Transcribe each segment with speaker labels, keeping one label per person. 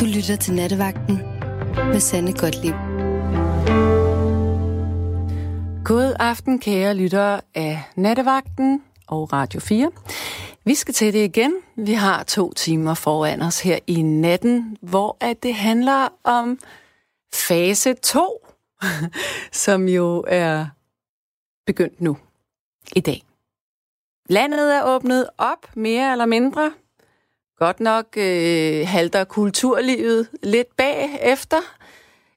Speaker 1: Du lytter til Nattevagten med Sanne Gottlieb.
Speaker 2: God aften, kære lyttere af Nattevagten og Radio 4. Vi skal til det igen. Vi har to timer foran os her i natten, hvor at det handler om fase 2, som jo er begyndt nu i dag. Landet er åbnet op, mere eller mindre. Godt nok øh, halter kulturlivet lidt bagefter,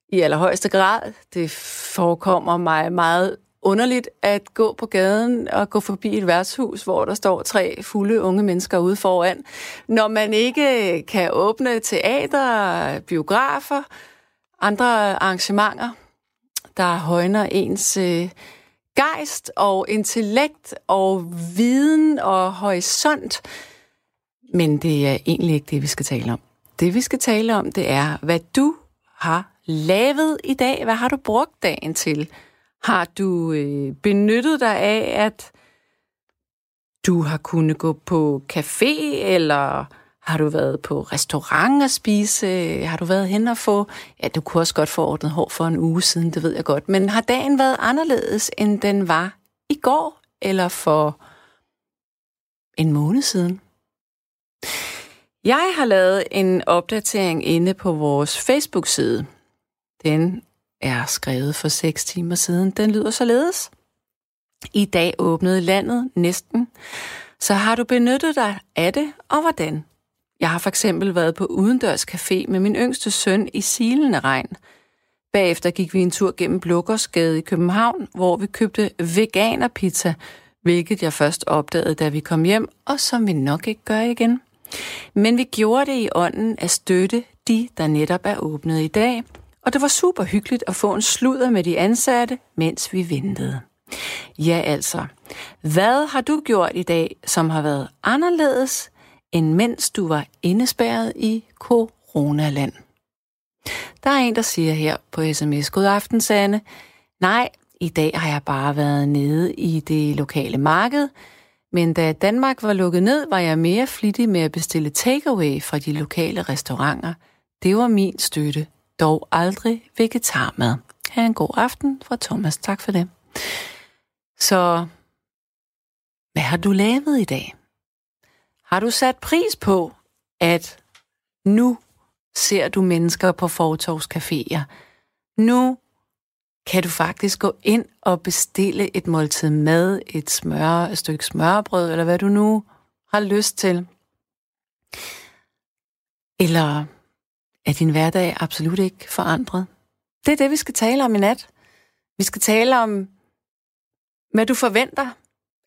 Speaker 2: i allerhøjeste grad. Det forekommer mig meget underligt at gå på gaden og gå forbi et værtshus, hvor der står tre fulde unge mennesker ude foran, når man ikke kan åbne teater, biografer, andre arrangementer, der højner ens øh, gejst og intellekt og viden og horisont. Men det er egentlig ikke det, vi skal tale om. Det, vi skal tale om, det er, hvad du har lavet i dag? Hvad har du brugt dagen til? Har du øh, benyttet dig af, at du har kunnet gå på café, eller har du været på restaurant og spise? Har du været hen og få... Ja, du kunne også godt få ordnet hår for en uge siden, det ved jeg godt. Men har dagen været anderledes, end den var i går, eller for en måned siden? Jeg har lavet en opdatering inde på vores Facebook-side. Den er skrevet for 6 timer siden. Den lyder således. I dag åbnede landet næsten. Så har du benyttet dig af det, og hvordan? Jeg har for eksempel været på udendørs café med min yngste søn i silende regn. Bagefter gik vi en tur gennem Blukkersgade i København, hvor vi købte veganerpizza, hvilket jeg først opdagede, da vi kom hjem, og som vi nok ikke gør igen. Men vi gjorde det i ånden at støtte de, der netop er åbnet i dag, og det var super hyggeligt at få en sludder med de ansatte, mens vi ventede. Ja altså, hvad har du gjort i dag, som har været anderledes, end mens du var indespærret i coronaland? Der er en, der siger her på sms, god aften, Sanne. Nej, i dag har jeg bare været nede i det lokale marked, men da Danmark var lukket ned, var jeg mere flittig med at bestille takeaway fra de lokale restauranter. Det var min støtte, dog aldrig vegetarmad. Ha' en god aften fra Thomas. Tak for det. Så hvad har du lavet i dag? Har du sat pris på, at nu ser du mennesker på fortovscaféer? Nu kan du faktisk gå ind og bestille et måltid mad, et smør, et stykke smørbrød, eller hvad du nu har lyst til. Eller er din hverdag absolut ikke forandret? Det er det, vi skal tale om i nat. Vi skal tale om, hvad du forventer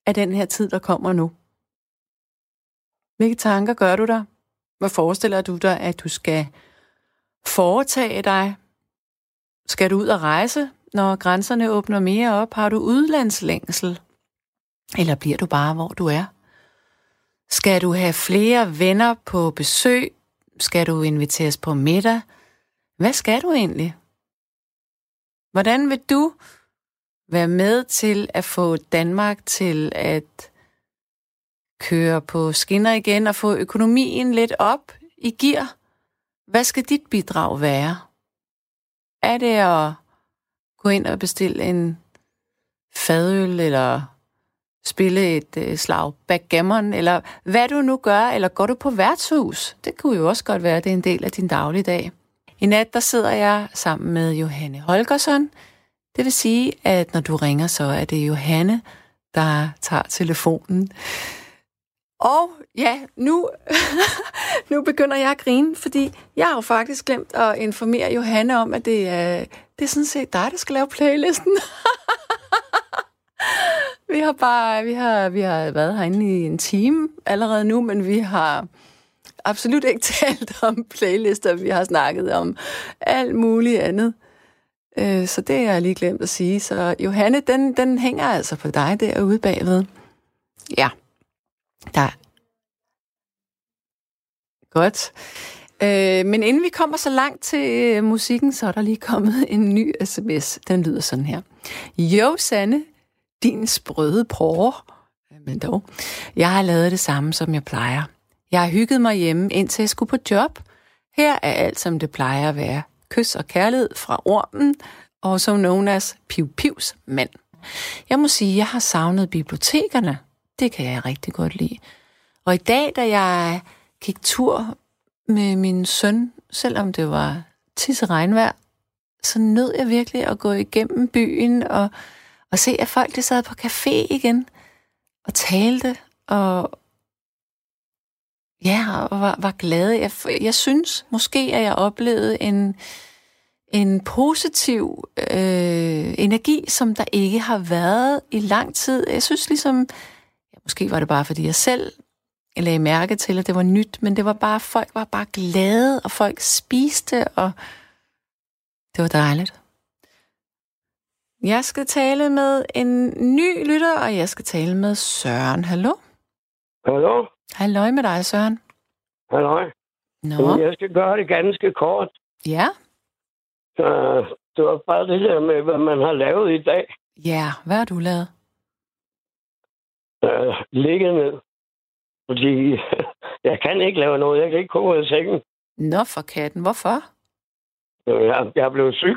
Speaker 2: af den her tid, der kommer nu. Hvilke tanker gør du dig? Hvad forestiller du dig, at du skal foretage dig? Skal du ud og rejse, når grænserne åbner mere op? Har du udlandslængsel? Eller bliver du bare, hvor du er? Skal du have flere venner på besøg? Skal du inviteres på middag? Hvad skal du egentlig? Hvordan vil du være med til at få Danmark til at køre på skinner igen og få økonomien lidt op i gear? Hvad skal dit bidrag være? Er det at gå ind og bestille en fadøl, eller spille et øh, slag backgammon, eller hvad du nu gør, eller går du på værtshus? Det kunne jo også godt være, at det er en del af din dagligdag. I nat, der sidder jeg sammen med Johanne Holgersson. Det vil sige, at når du ringer, så er det Johanne, der tager telefonen. Og ja, nu, nu begynder jeg at grine, fordi jeg har jo faktisk glemt at informere Johanne om, at det er, det er sådan set dig, der skal lave playlisten. vi har bare, vi har, vi har været herinde i en time allerede nu, men vi har absolut ikke talt om playlister. Vi har snakket om alt muligt andet. Øh, Så det har jeg lige glemt at sige. Så Johanne, den, den hænger altså på dig derude bagved. Ja. Der. Godt. Øh, men inden vi kommer så langt til øh, musikken, så er der lige kommet en ny sms. Den lyder sådan her. Jo, Sanne, din sprøde porre. Men dog. Jeg har lavet det samme, som jeg plejer. Jeg har hygget mig hjemme, indtil jeg skulle på job. Her er alt, som det plejer at være. Kys og kærlighed fra ormen, også known as Piu Pius mand. Jeg må sige, jeg har savnet bibliotekerne. Det kan jeg rigtig godt lide. Og i dag, da jeg gik tur med min søn, selvom det var tisse regnvejr, så nød jeg virkelig at gå igennem byen og, og se, at folk de sad på café igen og talte og, ja, og var, var glade. Jeg, jeg synes måske, at jeg oplevede en, en positiv øh, energi, som der ikke har været i lang tid. Jeg synes ligesom, ja, måske var det bare fordi jeg selv lagde mærke til, at det var nyt, men det var bare, folk var bare glade, og folk spiste, og det var dejligt. Jeg skal tale med en ny lytter, og jeg skal tale med Søren. Hallo?
Speaker 3: Hallo?
Speaker 2: Halløj med dig, Søren.
Speaker 3: Hallo?
Speaker 2: Nå,
Speaker 3: Jamen, Jeg skal gøre det ganske kort.
Speaker 2: ja.
Speaker 3: Øh, Det var bare det der med, hvad man har lavet i dag.
Speaker 2: Ja, hvad har du lavet?
Speaker 3: Øh, Ligge ned. Fordi jeg kan ikke lave noget. Jeg kan ikke komme ud af sengen. Øh,
Speaker 2: Nå for katten, hvorfor?
Speaker 3: Jeg, jeg er blevet syg.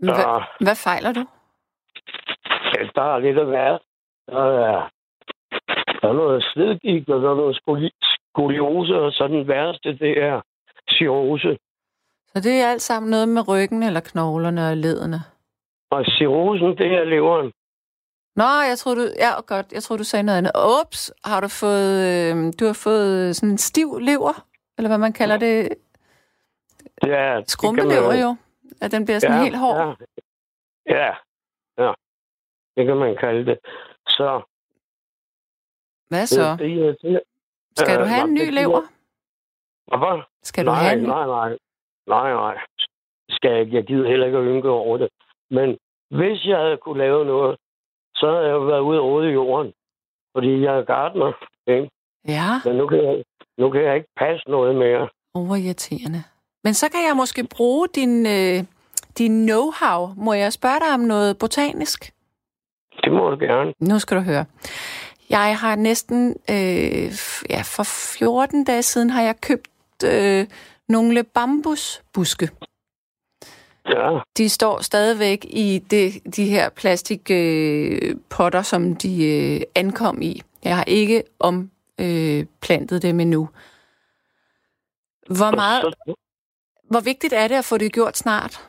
Speaker 2: Men Hva,
Speaker 3: Og
Speaker 2: Hvad fejler du?
Speaker 3: der er lidt at være. Der er, der er noget slidgigt, og der er noget skoli- skoliose, og så den værste, det er cirrose.
Speaker 2: Så det er alt sammen noget med ryggen eller knoglerne og ledene.
Speaker 3: Og cirrosen, det er leveren.
Speaker 2: Nå, jeg tror du... Ja, godt. Jeg tror du sagde noget andet. Ups, har du fået... Øh, du har fået sådan en stiv lever? Eller hvad man kalder det?
Speaker 3: Det er, det kan man-
Speaker 2: Skrumpelever jo. At den bliver sådan helt hård.
Speaker 3: Ja, ja, ja. Det kan man kalde det. Så, øh,
Speaker 2: Hvad så?
Speaker 3: Det, det, det,
Speaker 2: Skal du
Speaker 3: øh,
Speaker 2: have en
Speaker 3: nå,
Speaker 2: ny
Speaker 3: det-
Speaker 2: lever?
Speaker 3: hvorfor?
Speaker 2: Skal du have
Speaker 3: nej,
Speaker 2: en ny?
Speaker 3: nej, nej. Nej, nej. Skal jeg, ikke. jeg gider heller ikke at ynke over det. Men hvis jeg havde kunne lave noget, så havde jeg jo været ude og rode i jorden. Fordi jeg er gartner, ikke?
Speaker 2: Ja,
Speaker 3: Men nu kan, jeg, nu kan jeg ikke passe noget mere.
Speaker 2: overirriterende. Men så kan jeg måske bruge din, øh, din know-how. Må jeg spørge dig om noget botanisk?
Speaker 3: Det må du gerne.
Speaker 2: Nu skal du høre. Jeg har næsten, øh, f- ja, for 14 dage siden har jeg købt øh, nogle bambusbuske.
Speaker 3: Ja,
Speaker 2: De står stadigvæk i det, de her plastikpotter, øh, potter, som de øh, ankom i. Jeg har ikke omplantet øh, plantet dem endnu. Hvor, meget,
Speaker 3: Så,
Speaker 2: hvor vigtigt er det at få det gjort snart?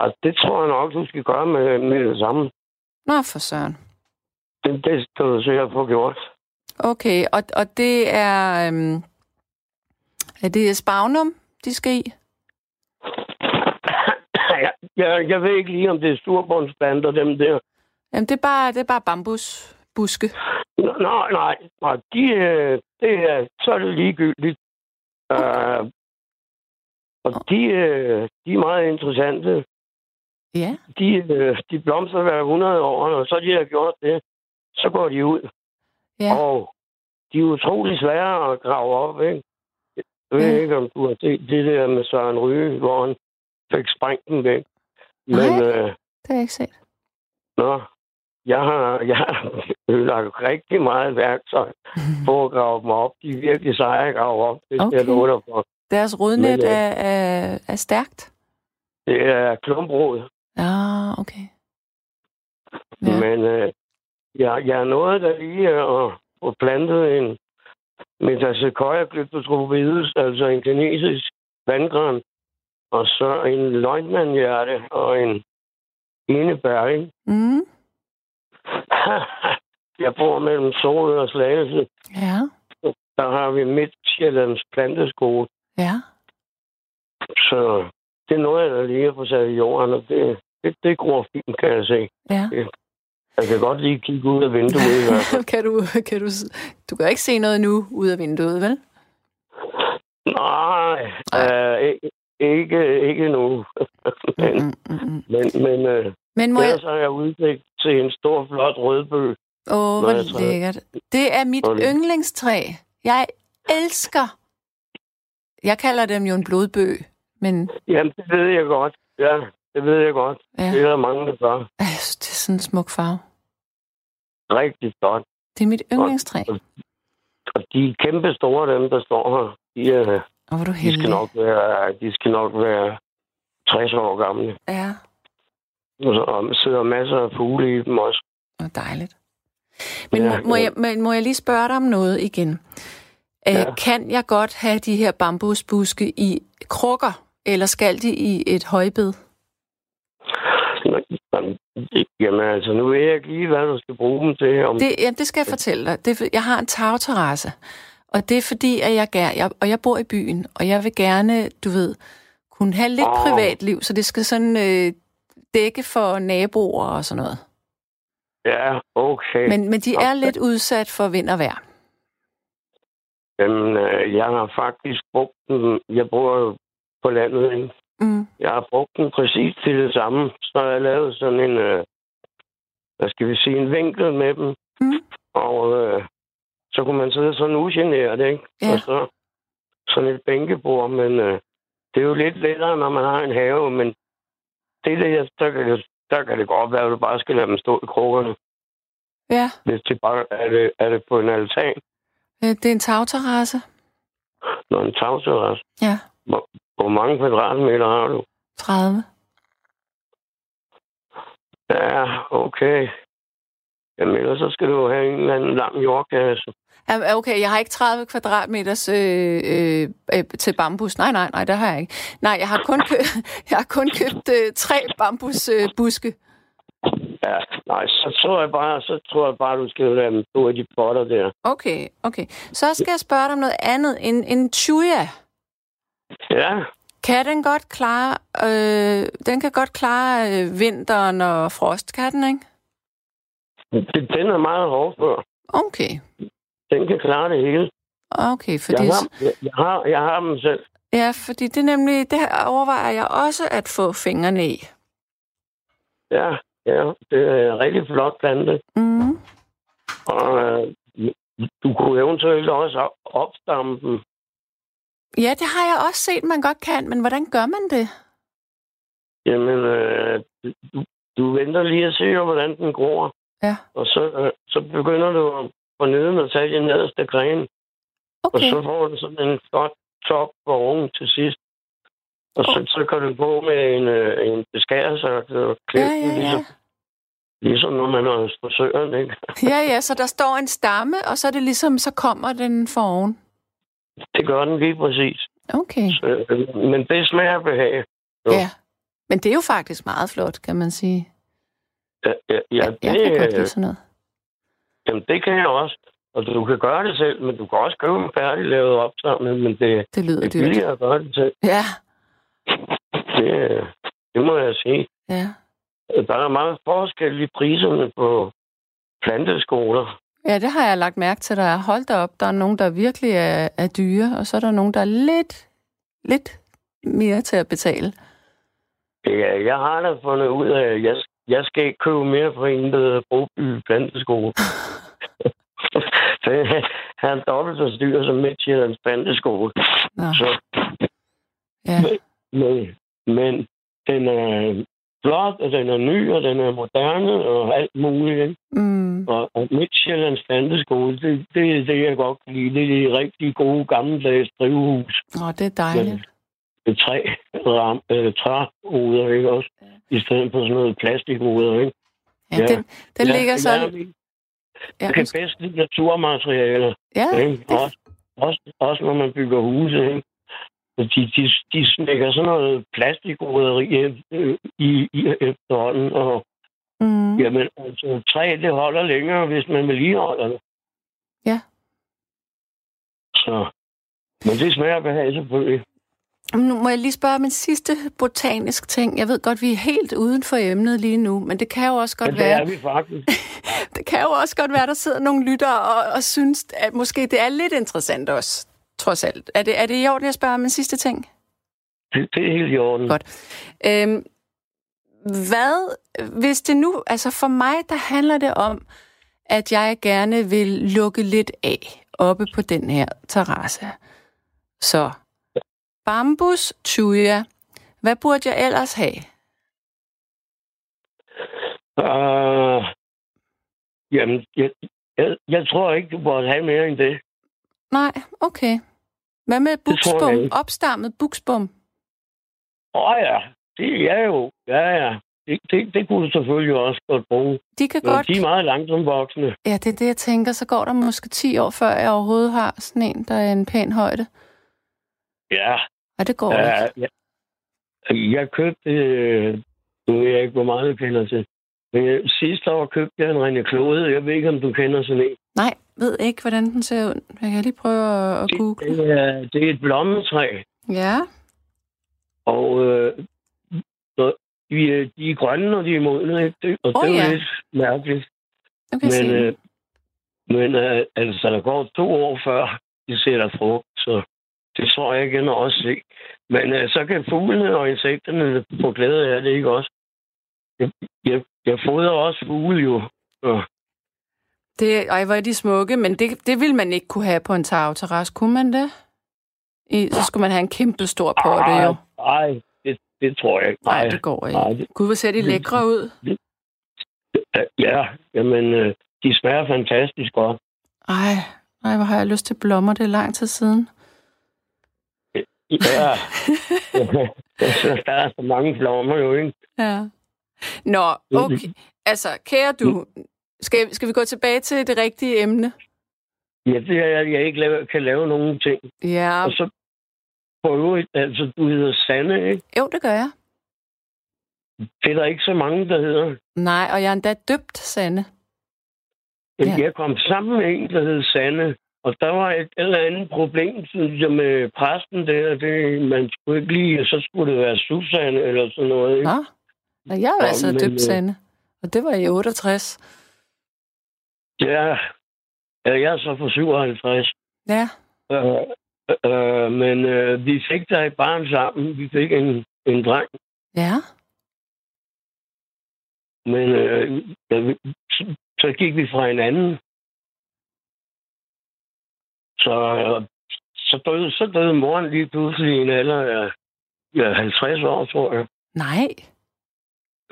Speaker 3: altså, det tror jeg nok, du skal gøre med, med det samme.
Speaker 2: Nå, for søren.
Speaker 3: Det, det skal du sikkert få gjort.
Speaker 2: Okay, og, og det er... Øhm, er det spagnum, de skal i?
Speaker 3: Jeg, jeg, jeg ved ikke lige, om det er storbåndsplanter, dem der.
Speaker 2: Jamen, det er bare, det er bare bambusbuske.
Speaker 3: Nå, nej, nej, nej. De, øh, det er, så er det ligegyldigt. Okay. Uh, og de, øh, de er meget interessante.
Speaker 2: Ja.
Speaker 3: De, øh, de blomstrer hver 100 år, og når så de har gjort det, så går de ud.
Speaker 2: Ja.
Speaker 3: Og de er utrolig svære at grave op, ikke? Jeg ved
Speaker 2: Ja.
Speaker 3: ikke, om du har set det der med Søren Ryge, hvor han fik sprængt den væk. Men,
Speaker 2: Nej.
Speaker 3: øh,
Speaker 2: Det har jeg ikke set.
Speaker 3: Nå, jeg har, jeg har ødelagt rigtig meget værktøj på at grave dem op. De er virkelig seje at grave op, det okay.
Speaker 2: Okay.
Speaker 3: jeg lover dig for.
Speaker 2: Deres rodnet
Speaker 3: Men, øh,
Speaker 2: er, er, er stærkt.
Speaker 3: Det er klumbrod,
Speaker 2: Ah, okay.
Speaker 3: ja.
Speaker 2: Ja.
Speaker 3: men øh, jeg, jeg er nået der lige at få plantet en metasequoia glyptotropides, altså en kinesisk vandgran, og så en løgnmandhjerte og en enebær, ikke?
Speaker 2: Mm,
Speaker 3: jeg bor mellem Solø og Slagelse.
Speaker 2: ja,
Speaker 3: der har vi Midtjyllands planteskole,
Speaker 2: ja.
Speaker 3: så det er noget, der ligger på sat i jorden, og det, det, det gror fint, kan jeg se.
Speaker 2: Ja.
Speaker 3: Jeg kan godt lige kigge ud af vinduet i hvert fald.
Speaker 2: kan du, kan du, s- du kan ikke se noget nu ud af vinduet, vel?
Speaker 3: Nej, øh, ikke, ikke, ikke nu. men,
Speaker 2: Mm, mm, mm.
Speaker 3: men, men øh,
Speaker 2: Men må jeg...
Speaker 3: ellers har jeg udsigt til en stor, flot rødbøg.
Speaker 2: Åh,
Speaker 3: Nå, jeg
Speaker 2: hvor
Speaker 3: tror-
Speaker 2: lækkert. Det er mit
Speaker 3: Nå, det-
Speaker 2: yndlingstræ. Jeg elsker... Jeg kalder dem jo en blodbøg, men
Speaker 3: Jamen, det ved jeg godt. Ja, det ved jeg godt.
Speaker 2: ja,
Speaker 3: Det er der mange, der gør.
Speaker 2: Ej, jeg synes, det er sådan en smuk farve.
Speaker 3: Rigtig godt.
Speaker 2: Det er mit yndlingstræ.
Speaker 3: Og de er kæmpe store, dem, der står her. de, er,
Speaker 2: Og hvor er du
Speaker 3: de, skal
Speaker 2: heldig.
Speaker 3: nok være, de skal nok være 60 år gamle.
Speaker 2: Ja,
Speaker 3: Og så sidder masser af fugle i dem også.
Speaker 2: og dejligt. Men,
Speaker 3: Ja,
Speaker 2: ja, må,
Speaker 3: ja.
Speaker 2: jeg, men må jeg lige spørge dig om noget igen? Ja.
Speaker 3: Ja.
Speaker 2: Kan jeg godt have de her bambusbuske i krukker, eller skal de i et højbed?
Speaker 3: Nå, jamen, Jamen altså, nu ved jeg ikke lige, hvad du skal bruge dem til. Om,
Speaker 2: Det, ja, det skal jeg fortælle dig. Det, er for- jeg har en tagterrasse, og det er fordi, at jeg, ger, jeg, og jeg bor i byen, og jeg vil gerne, du ved, kunne have lidt
Speaker 3: Åh.
Speaker 2: oh. privatliv, så det skal sådan øh, dække for naboer og sådan noget.
Speaker 3: Ja, okay. Men...
Speaker 2: Men, men de er lidt udsat for vind og vejr.
Speaker 3: Jamen, øh, jeg har faktisk brugt dem. Jeg bor jo på landet, ikke?
Speaker 2: Mm.
Speaker 3: Jeg har brugt den præcis til det samme. Så har jeg lavet sådan en, øh, hvad skal vi sige, en vinkel med dem.
Speaker 2: Mm.
Speaker 3: Og øh, så kunne man sidde sådan ugeneret, ikke?
Speaker 2: Ja.
Speaker 3: Og så sådan et bænkebord, men øh, det er jo lidt lettere, når man har en have, men det er det, jeg, der, kan det, der kan det godt være, at du bare skal lade dem stå i krukkerne.
Speaker 2: Ja,
Speaker 3: Hvis det bare er det, er det på en altan,
Speaker 2: øh, det er en tagterrasse.
Speaker 3: når en tagterrasse.
Speaker 2: Ja,
Speaker 3: Hvor mange kvadratmeter har du?
Speaker 2: 30.
Speaker 3: Ja, okay. Jamen, ellers så skal du jo have en eller anden lam jordkasse.
Speaker 2: Am- er Okay, jeg har ikke 30 kvadratmeters øh, øh, øh, til bambus. Nej, nej, nej, det har jeg ikke. Nej, jeg har kun, kø jeg har kun købt øh, tre bambusbuske. Øh, buske.
Speaker 3: Ja, nej, så tror jeg bare, så tror jeg bare, du skal lade dem stå i de potter der.
Speaker 2: okay, okay. Så skal jeg spørge dig om noget andet. En, en chuya,
Speaker 3: Ja,
Speaker 2: kan den godt klare, øh, den kan godt klare øh, vinteren og frost, kan den, ikke?
Speaker 3: det, den er meget hård for.
Speaker 2: Okay,
Speaker 3: Den kan klare det hele.
Speaker 2: okay, fordi...
Speaker 3: Jeg har, jeg, jeg, har, jeg har dem selv.
Speaker 2: Ja, fordi det er nemlig, det her overvejer jeg også at få fingrene i.
Speaker 3: Ja, ja det er en rigtig flot plante.
Speaker 2: Mm.
Speaker 3: Og øh, du kunne eventuelt også op- opstamme dem.
Speaker 2: Ja, det har jeg også set, man godt kan, men hvordan gør man det?
Speaker 3: Jamen, øh, du, du venter lige og ser, hvordan den gror.
Speaker 2: Ja.
Speaker 3: Og så, øh, så begynder du at få neden og tage den nederste gren. Og
Speaker 2: Okay,
Speaker 3: så får du sådan en flot top for oven til sidst. Og så, så kan du gå med en, øh, en beskærelse og
Speaker 2: ja,
Speaker 3: klippe
Speaker 2: ja,
Speaker 3: den,
Speaker 2: ja.
Speaker 3: ligesom, ligesom når man er hos frisøren, ikke?
Speaker 2: Ja, ja, så der står en stamme, og så er det ligesom, så kommer den foroven.
Speaker 3: Det gør den lige præcis.
Speaker 2: Okay,
Speaker 3: Så, øh, men det smager behag. Jo.
Speaker 2: ja. Men det er jo faktisk meget flot, kan man sige.
Speaker 3: Ja, ja, ja,
Speaker 2: Jeg, jeg kan godt
Speaker 3: det, øh,
Speaker 2: lide sådan noget.
Speaker 3: jamen, det kan jeg også. Og du kan gøre det selv, men du kan også købe en færdiglavet opsamling, men det,
Speaker 2: Det
Speaker 3: det
Speaker 2: lyder
Speaker 3: er
Speaker 2: dyrt.
Speaker 3: billigere at gøre det selv.
Speaker 2: Ja,
Speaker 3: Det, øh, det må jeg sige.
Speaker 2: ja.
Speaker 3: Der er meget forskel i priserne på planteskoler.
Speaker 2: Ja, det har jeg lagt mærke til, der er. Hold da op, der er nogen, der virkelig er, er dyre, og så er der nogen, der er lidt, lidt mere til at betale.
Speaker 3: Ja, jeg har da fundet ud af, at jeg, jeg skal ikke købe mere fra en, der hedder Broby Planteskole. det, han er dobbelt så styr som Midtjyllands Planteskole.
Speaker 2: Nå,
Speaker 3: Så,
Speaker 2: ja.
Speaker 3: men, men den er flot, og den er ny, og den er moderne, og alt muligt. Ikke?
Speaker 2: Mm.
Speaker 3: Og, og Midtjyllands Planteskole, det, det er det, jeg godt kan lide. Det er de rigtig gode gammeldags drivhus
Speaker 2: Åh, det er dejligt.
Speaker 3: med træ, ram, øh, træruder, ikke også? I stedet for sådan noget plastikruder, ikke?
Speaker 2: Ja,
Speaker 3: Ja.
Speaker 2: den, den
Speaker 3: Ja,
Speaker 2: ligger
Speaker 3: ja,
Speaker 2: sådan... Ja,
Speaker 3: Jeg kan
Speaker 2: undskyld.
Speaker 3: bedst lide naturmaterialer.
Speaker 2: ja,
Speaker 3: Ja, ikke? Også, også, også når man bygger huse. Ikke? Og De, de, de smækker sådan noget plastikruderi ind, øh, i, i efterhånden. Og,
Speaker 2: mm.
Speaker 3: mm. Jamen, altså, træ det holder længere, hvis man vedligeholder det.
Speaker 2: Ja.
Speaker 3: Så, men det smager behag selvfølgelig.
Speaker 2: Nu må jeg lige spørge min sidste botanisk ting. Jeg ved godt, vi er helt uden for emnet lige nu, men det kan jo også
Speaker 3: Men
Speaker 2: godt
Speaker 3: det
Speaker 2: være,
Speaker 3: er vi faktisk.
Speaker 2: det kan jo også godt være, der sidder nogle lyttere og, og synes, at måske det er lidt interessant også, trods alt. Er det, er det i orden, jeg spørger om min sidste ting?
Speaker 3: Det, det er helt i orden.
Speaker 2: Godt. Øhm, hvad, hvis det nu, altså for mig, der handler det om, at jeg gerne vil lukke lidt af oppe på den her terrasse. Så bambus, tuja, hvad burde jeg ellers have?
Speaker 3: Uh, jamen, jeg, jeg, jeg tror ikke, du burde have mere end det.
Speaker 2: Nej, okay. Hvad med
Speaker 3: tror jeg
Speaker 2: buksbom?
Speaker 3: ikke.
Speaker 2: Opstammet buksbom?
Speaker 3: Åh ja, det er jo. Ja, ja. Det, det, det kunne du selvfølgelig også godt bruge.
Speaker 2: De kan
Speaker 3: Men
Speaker 2: godt...
Speaker 3: de er meget langsomt voksne.
Speaker 2: Ja, det er det, jeg tænker. Så går der måske 10 år, før jeg overhovedet har sådan en, der er en pæn højde.
Speaker 3: Ja,
Speaker 2: Og det går
Speaker 3: ja,
Speaker 2: ikke.
Speaker 3: ja. Jeg købte, øh, nu ved jeg ikke, hvor meget du kender til, men øh, sidste år købte jeg en René Klode. Jeg ved ikke, om du kender sådan en.
Speaker 2: Nej, ved ikke, hvordan den ser ud. Jeg kan lige prøve at, at google.
Speaker 3: Det er, det er et blommetræ,
Speaker 2: Ja,
Speaker 3: og øh, når- de, er- de er grønne, og de er modne. ikke? Det, og
Speaker 2: Åh,
Speaker 3: oh, det er
Speaker 2: ja.
Speaker 3: jo lidt mærkeligt.
Speaker 2: nu kan jeg se
Speaker 3: Men,
Speaker 2: den.
Speaker 3: øh, men øh, altså, der går to år før, de sætter frugt, så det tror jeg igen også se. Men øh, så kan fuglene og insekterne få glæde af det, ikke også? Jeg, jeg, jeg fodrer også fugle jo. Og,
Speaker 2: Det, ej, hvor er de smukke, men det, det ville man ikke kunne have på en tagterrasse. Kunne man det? I, så skulle man have en kæmpe stor potte, jo.
Speaker 3: nej, det, det tror jeg ikke.
Speaker 2: Nej,
Speaker 3: Nej,
Speaker 2: det går ikke.
Speaker 3: nej. det-
Speaker 2: Gud, hvor ser de lækre ud.
Speaker 3: Ja, jamen, øh, de smager fantastisk godt.
Speaker 2: Ej, ej, hvor har jeg lyst til blommer. Det er lang tid siden.
Speaker 3: Ja. så der er så mange blommer jo, ikke?
Speaker 2: Ja. Nå, okay. Altså, kære du, skal, skal vi gå tilbage til det rigtige emne?
Speaker 3: Ja, det er, at jeg ikke lave, kan lave nogen ting.
Speaker 2: Ja,
Speaker 3: Og så på øvrigt, altså, du hedder Sanne, ikke?
Speaker 2: jo, det gør jeg.
Speaker 3: Det er der ikke så mange, der hedder.
Speaker 2: Nej, og jeg er endda døbt, Sande.
Speaker 3: Men
Speaker 2: Ja.
Speaker 3: Jeg kom sammen med en, der hed Sanne, og der var et eller andet problem, synes jeg, med præsten der. Det, man skulle ikke lige, så skulle det være Susanne eller sådan noget, ikke?
Speaker 2: Nå, Nå jeg er
Speaker 3: Nå,
Speaker 2: altså
Speaker 3: men,
Speaker 2: døbt,
Speaker 3: øh,
Speaker 2: Sande. Og det var i 68.
Speaker 3: Ja, ja, jeg er så for 57.
Speaker 2: Ja,
Speaker 3: Øh, øh, men øh, vi fik der et barn sammen. Vi fik en, en dreng.
Speaker 2: ja.
Speaker 3: Men øh, da vi, så- så gik vi fra hinanden. Så, øh, så, døde, så døde moren lige pludselig i en alder af ja, 50 år, tror jeg.
Speaker 2: Nej.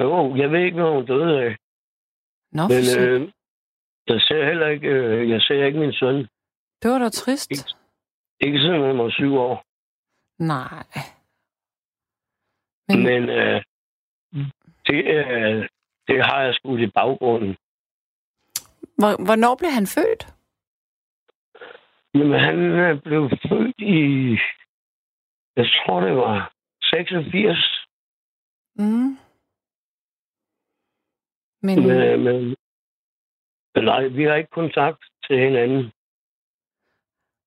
Speaker 3: Jo, jeg ved ikke, hvad hun døde af.
Speaker 2: Nå,
Speaker 3: Men
Speaker 2: for øh,
Speaker 3: øh, jeg ser heller ikke, øh, jeg ser ikke min søn.
Speaker 2: det var da trist.
Speaker 3: ikke- Ikke siden han var syv år.
Speaker 2: Nej. Men,
Speaker 3: Mm. Men øh, det, øh, det har jeg skudt i baggrunden.
Speaker 2: hvor, hvornår blev han født?
Speaker 3: Jamen, han øh, blev født i, jeg tror, det var 86.
Speaker 2: Mm. Men,
Speaker 3: Men, øh, men, men nej, vi har ikke kontakt til hinanden.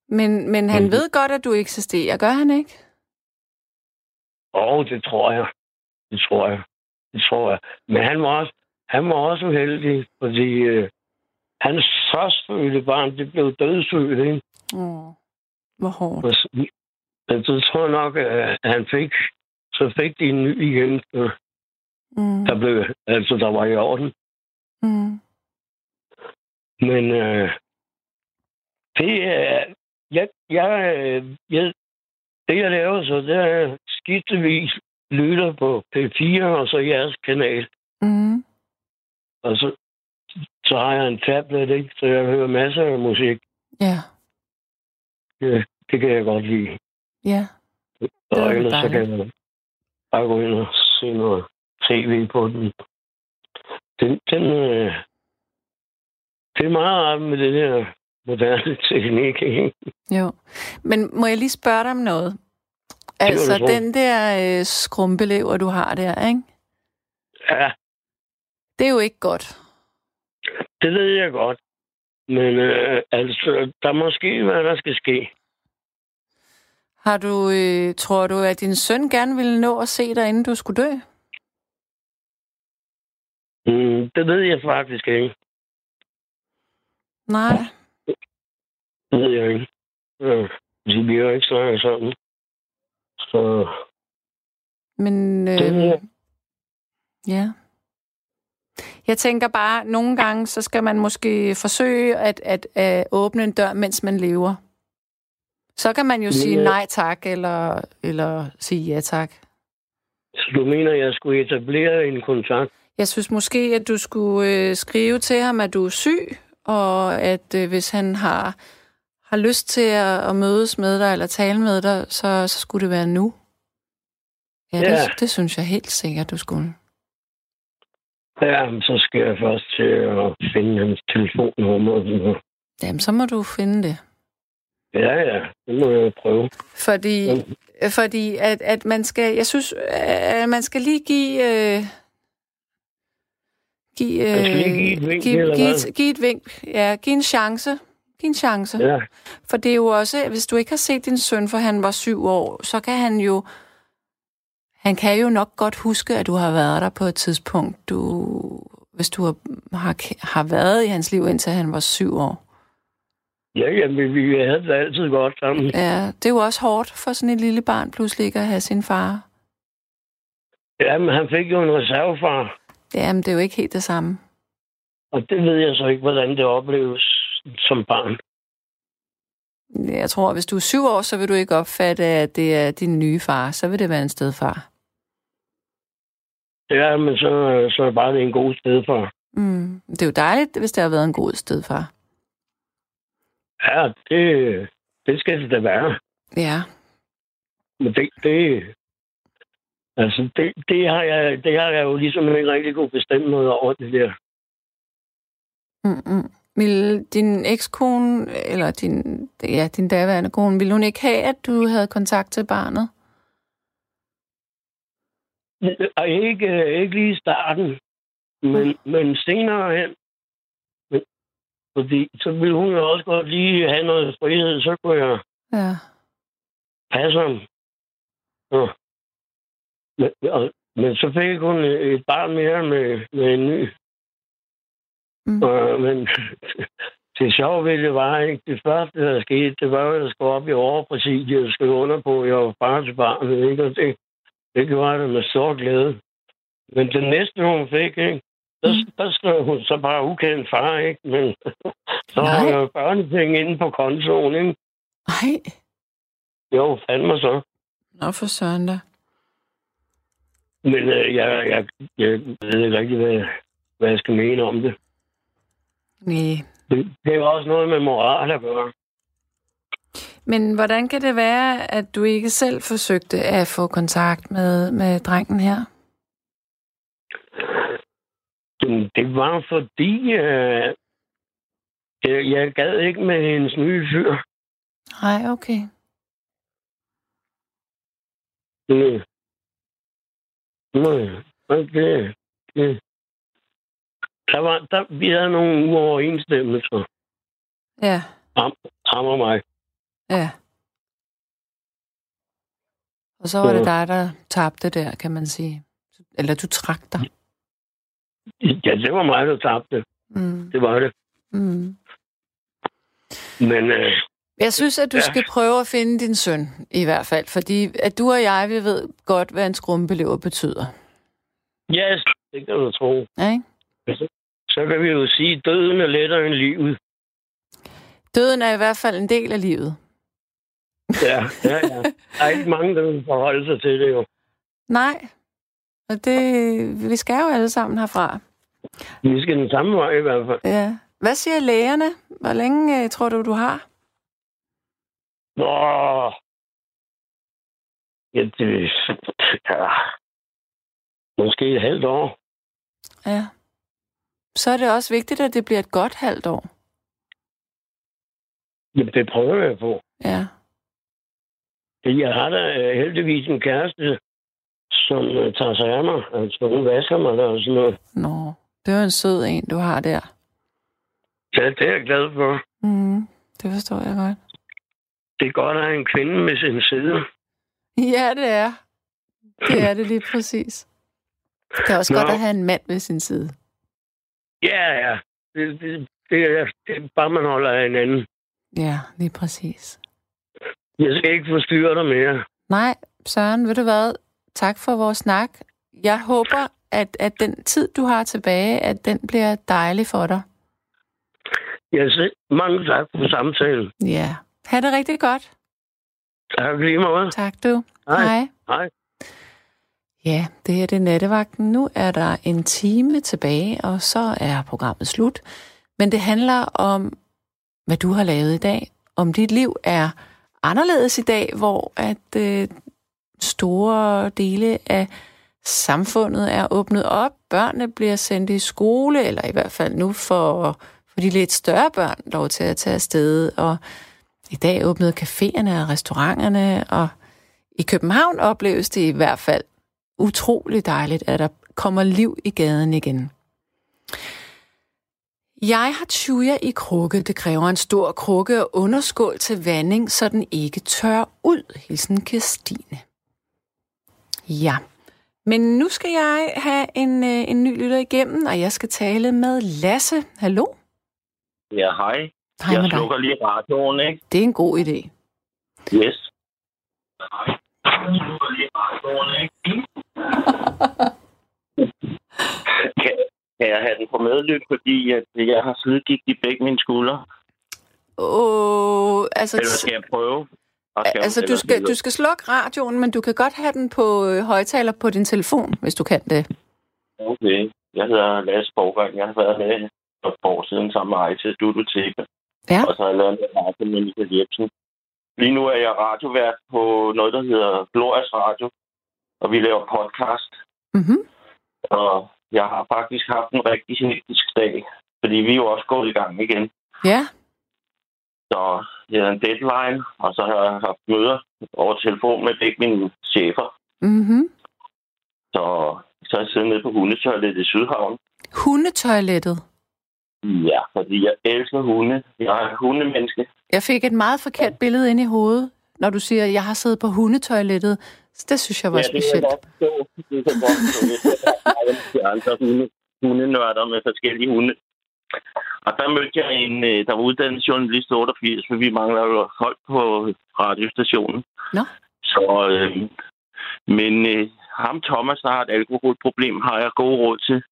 Speaker 2: men, men han
Speaker 3: men-
Speaker 2: ved godt, at du eksisterer, gør han ikke?
Speaker 3: Og det tror jeg. Det tror jeg. Det tror jeg. Men han var også, han var også uheldig, fordi øh, hans førstfødte barn, det blev dødssygt, ikke?
Speaker 2: Åh, hvor hårdt.
Speaker 3: Og så- Men så tror jeg nok, at han fik, så fik de en ny igen, øh,
Speaker 2: Mm.
Speaker 3: der blev, altså der var i orden.
Speaker 2: Mm.
Speaker 3: Men øh, det er... Jeg, jeg, øh, jeg, det, jeg laver så, det er skiftevis lytter på P4 og så jeres kanal.
Speaker 2: Mm.
Speaker 3: Og så, så har jeg en tablet, ikke? så jeg hører masser af musik.
Speaker 2: Ja,
Speaker 3: Det kan jeg godt lide.
Speaker 2: ja. Det er
Speaker 3: Og
Speaker 2: da
Speaker 3: ellers så
Speaker 2: dejligt.
Speaker 3: kan jeg bare gå ind og se noget tv på den. Den, den øh, det er meget rart med den her moderne teknik, ikke?
Speaker 2: Jo. Men må jeg lige spørge dig om noget? Altså,
Speaker 3: du tro.
Speaker 2: den der øh, skrumpelever, du har der, ikke?
Speaker 3: Ja,
Speaker 2: Det er jo ikke godt.
Speaker 3: Det ved jeg godt. Men øh, altså, der er måske, hvad der skal ske.
Speaker 2: Har du, øh, tror du, at din søn gerne ville nå at se dig, inden du skulle dø?
Speaker 3: Mm, det ved jeg faktisk ikke.
Speaker 2: Nej.
Speaker 3: Det ved jeg ikke. Øh, de bliver ikke snakket sammen. Så
Speaker 2: Men
Speaker 3: Det ved
Speaker 2: øh,
Speaker 3: jeg.
Speaker 2: ja. Jeg tænker bare, nogle gange, så skal man måske forsøge at, at, at åbne en dør, mens man lever. Så kan man jo sige
Speaker 3: øh,
Speaker 2: nej tak, eller, eller sige ja tak.
Speaker 3: så du mener, jeg skulle etablere en kontakt?
Speaker 2: Jeg synes måske, at du skulle øh, skrive til ham, at du er syg, og at øh, hvis han har har lyst til at, at mødes med dig eller tale med dig, så, så skulle det være nu. Ja,
Speaker 3: Ja.
Speaker 2: det, det synes jeg helt sikkert, du skulle.
Speaker 3: Ja, men så skal jeg først til at finde hans telefonnummer. og sådan noget.
Speaker 2: Jamen, så må du finde det.
Speaker 3: Ja, ja, det må jeg jo prøve.
Speaker 2: Fordi,
Speaker 3: Mm.
Speaker 2: øh, fordi at, at man skal, jeg synes, at man skal lige give, øh, give, øh,
Speaker 3: Man skal Altså, lige give et vink, eller
Speaker 2: give,
Speaker 3: hvad?
Speaker 2: et, give et vink, ja, give en chance, give en chance. Ja.
Speaker 3: Ja,
Speaker 2: For det er jo også, hvis du ikke har set din søn, for han var syv år, så kan han jo, han kan jo nok godt huske, at du har været der på et tidspunkt, du, hvis du har, har, har været i hans liv, indtil han var syv år.
Speaker 3: ja jamen, vi vi havde det altid godt sammen.
Speaker 2: Ja, det er jo også hårdt for sådan et lille barn pludselig ikke at have sin far.
Speaker 3: Jamen, han fik jo en reservefar,
Speaker 2: Ja, men det er jo ikke helt det samme.
Speaker 3: og det ved jeg så ikke, hvordan det opleves som barn.
Speaker 2: Jeg tror, at hvis du er syv år, så vil du ikke opfatte, at det er din nye far. Så vil det være en stedfar.
Speaker 3: Ja, men så, så er bare det en god sted for.
Speaker 2: Mm. Det er jo dejligt, hvis det har været en god stedfar.
Speaker 3: Ja, det, det skal det da være.
Speaker 2: Ja,
Speaker 3: Men det, det, altså det, det, har jeg, det har jeg jo ligesom ikke rigtig kunne bestemme noget over det der.
Speaker 2: Mm-mm. Vil din ekskone, eller din, ja, din daværende kone, ville hun ikke have, at du havde kontakt til barnet?
Speaker 3: Og ikke, ikke lige i starten, men, men senere hen. Men- Fordi så ville hun jo også godt lige have noget frihed, så kunne jeg
Speaker 2: Ja.
Speaker 3: passe ham. Og, men, og, men så fik hun et barn mere med, med en ny.
Speaker 2: Mm.
Speaker 3: Og, men det sjove ved det var, ikke? det første, der skete, det var, at jeg skulle op i overpræsidiet og skrive under på, at jeg var far til barnet, ikke? Og det, det gjorde det med stor glæde. Men det næste, hun fik, ikke? Der,
Speaker 2: Mm.
Speaker 3: der skrev hun så bare ukendt far, ikke? Men så
Speaker 2: Nej.
Speaker 3: har jeg jo børnepenge inde på kontoen, ikke?
Speaker 2: Ej.
Speaker 3: Jo, fandme så.
Speaker 2: Nå, for søren da.
Speaker 3: Men øh, jeg, jeg, jeg ved ikke rigtig, hvad, hvad jeg skal mene om det.
Speaker 2: Næh.
Speaker 3: Det, det er også noget med moral at gøre.
Speaker 2: Men hvordan kan det være, at du ikke selv forsøgte at få kontakt med, med drengen her?
Speaker 3: Jamen, det var fordi, øh, jeg, jeg gad ikke med hendes nye fyr.
Speaker 2: Nej, okay.
Speaker 3: Det, øh, nej, nej, det, det. Der var, der, vi havde nogle uoverensstemmelser,
Speaker 2: Ja,
Speaker 3: ham og mig.
Speaker 2: ja. Og så var det
Speaker 3: Så-
Speaker 2: dig, der tabte der, kan man sige. Eller du trak dig.
Speaker 3: Ja, det var mig, der tabte.
Speaker 2: Mm.
Speaker 3: Det var det.
Speaker 2: Mm.
Speaker 3: Men øh,
Speaker 2: Jeg synes, at du ja.
Speaker 3: Ja.
Speaker 2: skal prøve at finde din søn, i hvert fald. Fordi at du og jeg, vi ved godt, hvad en skrumpelever betyder.
Speaker 3: yes, det kan du tro.
Speaker 2: Ja, Ikke?
Speaker 3: Så kan vi jo sige, at døden er lettere end livet.
Speaker 2: Døden er i hvert fald en del af livet.
Speaker 3: Ja, ja, ja. Der er ikke mange, der vil forholde sig til det jo.
Speaker 2: Nej. Og det, vi skal jo alle sammen herfra.
Speaker 3: Vi skal den samme vej i hvert fald.
Speaker 2: Ja. Hvad siger lægerne? Hvor længe øh, tror du, du har?
Speaker 3: Nå. Ja, det, ja. Måske et halvt år.
Speaker 2: Ja. Så er det også vigtigt, at det bliver et godt halvt år.
Speaker 3: Jamen, det prøver jeg på.
Speaker 2: Ja.
Speaker 3: Jeg har da øh, heldigvis en kæreste, som øh, tager sig af mig. Altså, hun vasker mig der og sådan noget.
Speaker 2: Nå, det var en sød en, du har der.
Speaker 3: Ja, det er jeg glad for.
Speaker 2: Mm, det forstår jeg godt.
Speaker 3: Det er godt at have en kvinde med sin side.
Speaker 2: Ja, det er. Det er det lige præcis. Det er også
Speaker 3: Nå.
Speaker 2: godt at have en mand ved sin side.
Speaker 3: Ja, ja. Det, det, det, er, det er bare, man holder af hinanden.
Speaker 2: Ja, lige præcis.
Speaker 3: Jeg skal ikke forstyrre dig mere.
Speaker 2: Nej, Søren, ved du hvad? Tak for vores snak. Jeg håber, at, at den tid, du har tilbage, at den bliver dejlig for dig.
Speaker 3: Jeg siger, mange tak for samtalen.
Speaker 2: Ja. Ha' det rigtig godt.
Speaker 3: Tak lige meget.
Speaker 2: Tak du.
Speaker 3: Hej.
Speaker 2: Hej.
Speaker 3: Hej.
Speaker 2: Ja, det her det er nattevagten. Nu er der en time tilbage, og så er programmet slut. Men det handler om, hvad du har lavet i dag, om dit liv er anderledes i dag, hvor at øh, store dele af samfundet er åbnet op, børnene bliver sendt i skole, eller i hvert fald nu for, for de lidt større børn lov til at tage afsted, og i dag åbnede caféerne og restauranterne, og i København opleves det i hvert fald utrolig dejligt, at der kommer liv i gaden igen. Jeg har tuja i krukke. Det kræver en stor krukke og underskål til vanding, så den ikke tør ud. Hilsen Kirstine. Ja, men nu skal jeg have en, øh, en ny lytter igennem, og jeg skal tale med Lasse. Hallo?
Speaker 4: Ja, hej.
Speaker 2: Hej
Speaker 4: jeg
Speaker 2: med dig.
Speaker 4: slukker lige radioen, ikke?
Speaker 2: Det er en god idé.
Speaker 4: Yes. Hej. Jeg slukker lige radioen, ikke? kan, kan jeg have den på medlyt, fordi at jeg har slidgigt i begge mine skuldre?
Speaker 2: Åh, altså,
Speaker 4: Eller skal jeg prøve? Og jeg-
Speaker 2: altså du,
Speaker 4: eller-
Speaker 2: skal, du skal slukke radioen, men du kan godt have den på øh, højtaler på din telefon, hvis du kan det.
Speaker 4: Okay. Jeg hedder Lars Borgren. Jeg har været med for et par år siden sammen med Ejse Studoteka.
Speaker 2: Ja.
Speaker 4: Og så har jeg lavet en radio med Michael Jebsen. Lige nu er jeg radiovært på noget, der hedder Glorias Radio. Og vi laver podcast.
Speaker 2: Mm-hmm.
Speaker 4: Og jeg har faktisk haft en rigtig hektisk dag, fordi vi er jo også gået i gang igen.
Speaker 2: Ja,
Speaker 4: Så jeg havde en deadline, og så har jeg haft møder over telefon med begge mine chefer.
Speaker 2: mm-hmm.
Speaker 4: Så, så er jeg siddet nede på hundetoilettet i Sydhavn.
Speaker 2: Hundetoilettet.
Speaker 4: Ja, fordi jeg elsker hunde. Jeg er et hundemenneske.
Speaker 2: Jeg fik et meget forkert billede ind i hovedet, når du siger, at jeg har siddet på hundetoilettet. Så det synes jeg var
Speaker 4: det kan jeg
Speaker 2: specielt.
Speaker 4: godt forstå. Det kan jeg godt forstå. Det er der de andre hunde, hundenørder med forskellige hunde. Og der mødte jeg en, øh, der var uddannet journalist i 88, for vi mangler jo folk på radiostationen.
Speaker 2: Nå.
Speaker 4: Så, øh, men øh, ham Thomas, der har et alkoholproblem, har jeg gode råd til.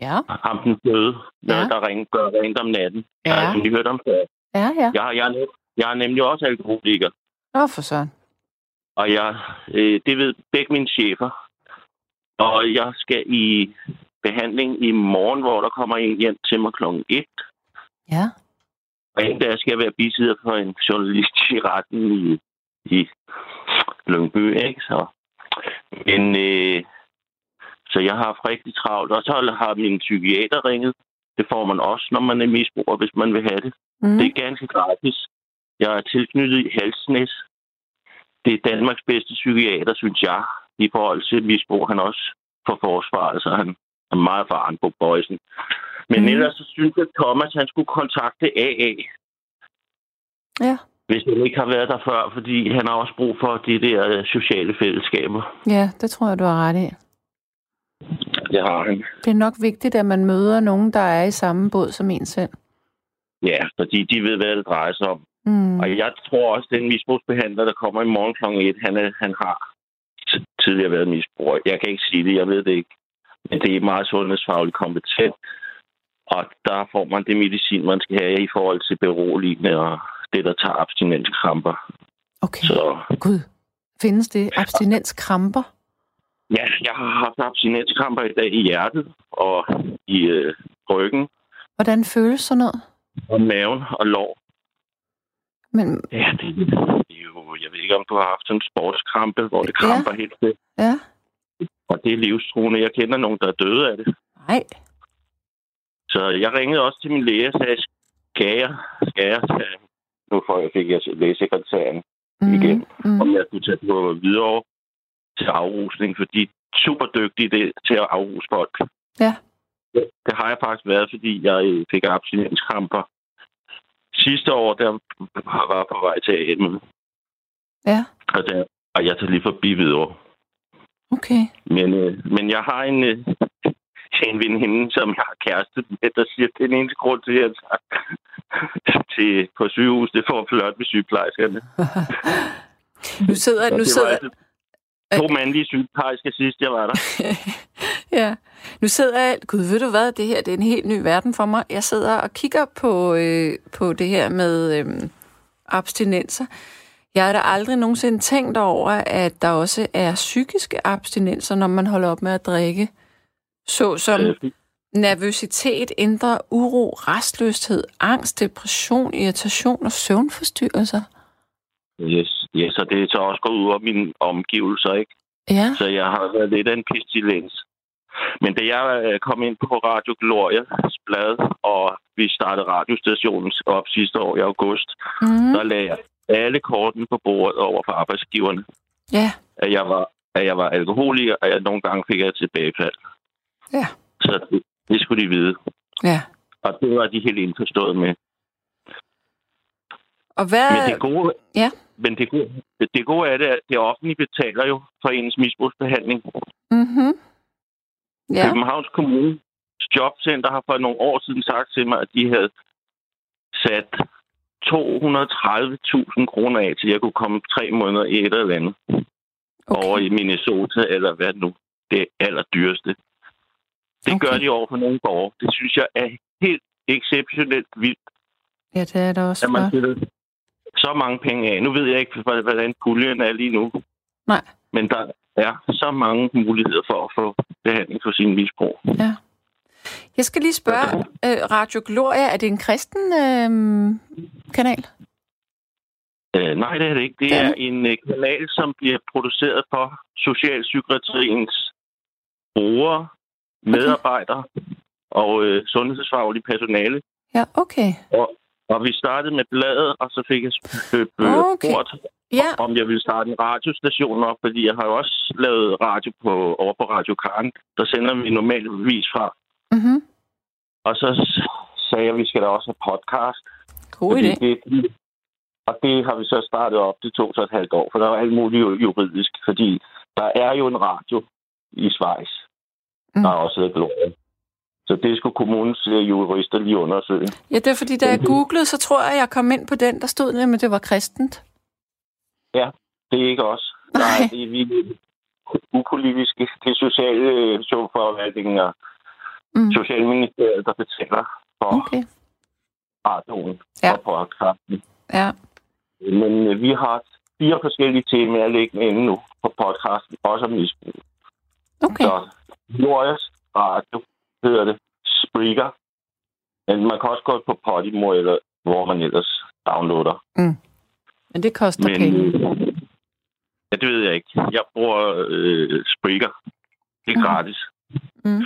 Speaker 2: Ja,
Speaker 4: Ham den døde, der,
Speaker 2: Ja.
Speaker 4: ja. der ring, gør rent om natten.
Speaker 2: Ja.
Speaker 4: Jeg har nemlig hørt om det.
Speaker 2: ja, ja.
Speaker 4: Jeg, jeg, jeg er nemlig også alkoholiker.
Speaker 2: Nå for sådan.
Speaker 4: Og jeg, øh, det ved begge mine chefer. Og jeg skal i behandling i morgen, hvor der kommer en hjem til mig kl. 1.
Speaker 2: Ja.
Speaker 4: Og en dag skal jeg være bisider for en journalist i retten i, i Lyngby, ikke? Så, men, øh, så jeg har haft rigtig travlt. Og så har min psykiater ringet. Det får man også, når man er misbruger, hvis man vil have det.
Speaker 2: Mm.
Speaker 4: Det er ganske gratis. Jeg er tilknyttet i Halsnæs. Det er Danmarks bedste psykiater, synes jeg, i forhold til misbrug. Han er også for forsvaret, så han er meget faren på bøjsen. Men
Speaker 2: Mhm.
Speaker 4: mm. ellers så synes jeg, at Thomas han skulle kontakte AA.
Speaker 2: Ja.
Speaker 4: Hvis han ikke har været der før, fordi han har også brug for de der øh, sociale fællesskaber.
Speaker 2: Ja, det tror jeg, du har ret i.
Speaker 4: Det har han.
Speaker 2: Det er nok vigtigt, at man møder nogen, der er i samme båd som en selv.
Speaker 4: Ja, fordi de ved, hvad det drejer sig om.
Speaker 2: Mm.
Speaker 4: Og jeg tror også, at den misbrugsbehandler, der kommer i morgen kl. 1, han, er, han har t- tidligere været misbruger. Jeg kan ikke sige det, jeg ved det ikke. Men det er meget sundhedsfagligt kompetent. Og der får man det medicin, man skal have i forhold til beroligende og det, der tager abstinenskramper.
Speaker 2: Okay,
Speaker 4: Så
Speaker 2: gud. Findes det abstinenskramper?
Speaker 4: ja, jeg har haft abstinenskramper i dag i hjertet og i øh, ryggen
Speaker 2: Hvordan føles sådan noget?
Speaker 4: og maven og lår.
Speaker 2: Men,
Speaker 4: Ja, det, det er jo, jeg ved ikke, om du har haft sådan en sportskrampe, hvor det
Speaker 2: Ja.
Speaker 4: kramper ja. helt vildt.
Speaker 2: ja.
Speaker 4: Og det er livstruende. Jeg kender nogen, der er døde af det.
Speaker 2: Nej.
Speaker 4: Så jeg ringede også til min læge og sagde, skal jeg, skal jeg tage... Nu får jeg, fik jeg lægesekretæren,
Speaker 2: Mm,
Speaker 4: Igen. om
Speaker 2: Mm.
Speaker 4: jeg skulle tage på videre til afrusning, for de er super dygtige det, til at afruse folk.
Speaker 2: Ja.
Speaker 4: Det, det har jeg faktisk været, fordi jeg øh, fik abstinenskramper. Sidste år, der var jeg på vej til AM,
Speaker 2: Ja,
Speaker 4: og, der, og jeg tager lige forbi videre.
Speaker 2: okay.
Speaker 4: Men, øh, men jeg har en, øh, en veninde, som jeg har kæreste med, der siger, at den eneste grund til, at jeg tager til, på sygehus, det er for at flirte med sygeplejerskerne.
Speaker 2: Nu sidder...
Speaker 4: Og
Speaker 2: Nu
Speaker 4: det var
Speaker 2: sidder Øh.
Speaker 4: altså to mandlige sygeplejersker sidst, jeg var der.
Speaker 2: ja. Nu sidder jeg... Gud, ved du hvad? Det her det er en helt ny verden for mig. Jeg sidder og kigger på, øh, på det her med øh, abstinenser. Jeg har da aldrig nogensinde tænkt over, at der også er psykiske abstinenser, når man holder op med at drikke. Så som
Speaker 4: Øh,
Speaker 2: Nervøsitet, indre uro, restløshed, angst, depression, irritation og søvnforstyrrelser.
Speaker 4: Yes, yes, og det er så også gået ud over mine omgivelser, ikke?
Speaker 2: Ja,
Speaker 4: Så jeg har været lidt af en pestilens. Men da jeg øh, kom ind på Radio Glorias blad, og vi startede radiostationen op sidste år i august,
Speaker 2: mm.
Speaker 4: der lagde jeg alle korten på bordet over for arbejdsgiverne,
Speaker 2: ja,
Speaker 4: at jeg var, at jeg var alkoholiker, og jeg nogle gange fik jeg et tilbagefald.
Speaker 2: Ja.
Speaker 4: Så det, det skulle de vide.
Speaker 2: ja.
Speaker 4: Og det var de helt indforstået med.
Speaker 2: Og hvad...
Speaker 4: Men det gode,
Speaker 2: Øh, ja.
Speaker 4: men det, gode- det gode er, det, at det offentlige betaler jo for ens misbrugsbehandling.
Speaker 2: Mm-hmm.
Speaker 4: Ja.
Speaker 2: Ja,
Speaker 4: Københavns Kommune Jobcenter har for nogle år siden sagt til mig, at de havde sat 230.000 kroner af, til jeg kunne komme tre måneder i et eller andet. Okay. Over
Speaker 2: okay.
Speaker 4: i Minnesota, eller hvad nu. Det er allerdyreste. Det okay. gør
Speaker 2: Okay.
Speaker 4: de over for nogle borgere. Det synes jeg er helt exceptionelt vildt
Speaker 2: Ja, det er det også
Speaker 4: at man
Speaker 2: for.
Speaker 4: sætter så mange penge af. Nu ved jeg ikke, hva- hvordan puljen er lige nu.
Speaker 2: Nej.
Speaker 4: Men der er så mange muligheder for at få behandling for sin misbrug.
Speaker 2: Jeg skal lige spørge, øh, Radio Gloria, er det en kristen øh, kanal?
Speaker 4: Øh, nej, det er det ikke. Det
Speaker 2: Ja.
Speaker 4: er en øh, kanal, som bliver produceret for socialpsykiatriens brugere, medarbejdere og øh, sundhedsfaglige personale.
Speaker 2: Ja, okay.
Speaker 4: Og vi startede med bladet, og så fik jeg øh, øh,
Speaker 2: Ah, Okay.
Speaker 4: spurgt,
Speaker 2: Ja,
Speaker 4: om jeg ville starte en radiostation op, fordi jeg har jo også lavet radio på, over på Radio Karen. Der sender vi normalvis fra.
Speaker 2: mm-hmm.
Speaker 4: Og så s- sagde jeg, at vi skal da også have podcast.
Speaker 2: god
Speaker 4: fordi
Speaker 2: idé.
Speaker 4: det, og det har vi så startet op. Det tog så et halvt år, for der var alt muligt ju- juridisk. Fordi der er jo en radio i Schweiz,
Speaker 2: Mm.
Speaker 4: mm. der også hedder Gloria. Så det skulle kommunens øh, jurister lige undersøge.
Speaker 2: Ja, det er fordi, da jeg googlede, så tror jeg, jeg kom ind på den, der stod nemlig, at det var kristent.
Speaker 4: Det er ikke os.
Speaker 2: Nej.
Speaker 4: Nej, det er vi upolitiske. Det er sociale øh, forvaltningen og
Speaker 2: Mm.
Speaker 4: Socialministeriet, der betaler for okay.
Speaker 2: Okay,
Speaker 4: radioen
Speaker 2: Ja.
Speaker 4: ja. og podcasten.
Speaker 2: ja.
Speaker 4: Men øh, vi har fire forskellige temaer liggende inde nu på podcasten, også om misbrug.
Speaker 2: Okay,
Speaker 4: Så Norges Radio hedder det Spreaker. Men man kan også gå på Podimo, eller hvor man ellers downloader.
Speaker 2: men det koster
Speaker 4: Men
Speaker 2: penge.
Speaker 4: øh, ja, det ved jeg ikke. Jeg bruger øh, Spreaker. Det er
Speaker 2: Mhm.
Speaker 4: gratis.
Speaker 2: Mm.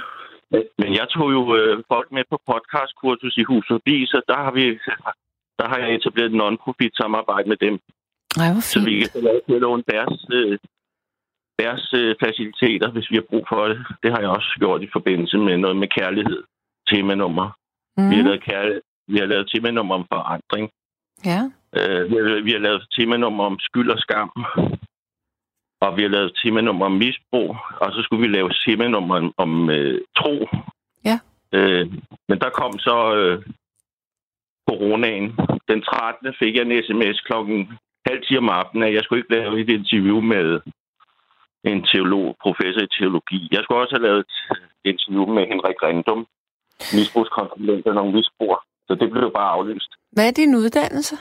Speaker 4: Men jeg tog jo øh, folk med på podcastkursus i Hus Forbi, så der har, vi, der har jeg etableret et non-profit samarbejde med dem,
Speaker 2: Ej, hvor
Speaker 4: så vi
Speaker 2: fint.
Speaker 4: kan få lov til at låne deres, øh, deres øh, faciliteter, hvis vi har brug for det. Det har jeg også gjort i forbindelse med noget med kærlighed, temanummer. Mm. Vi, har
Speaker 2: Mm.
Speaker 4: lavet kærlighed, vi har lavet temanummer om forandring.
Speaker 2: Ja,
Speaker 4: Øh, vi har- vi har lavet temanummer om skyld og skam. Og vi har lavet temanummer om misbrug. Og så skulle vi lave temanummer om, om øh, tro.
Speaker 2: Ja.
Speaker 4: Øh, men der kom så øh, coronaen. Den 13. fik jeg en sms klokken halv 10 om aftenen, at jeg skulle ikke lave et interview med en teolog, professor i teologi. Jeg skulle også have lavet et interview med Henrik Rindum, misbrugskonsulent og nogle misbrugere. Så det blev bare aflyst.
Speaker 2: hvad er din uddannelse?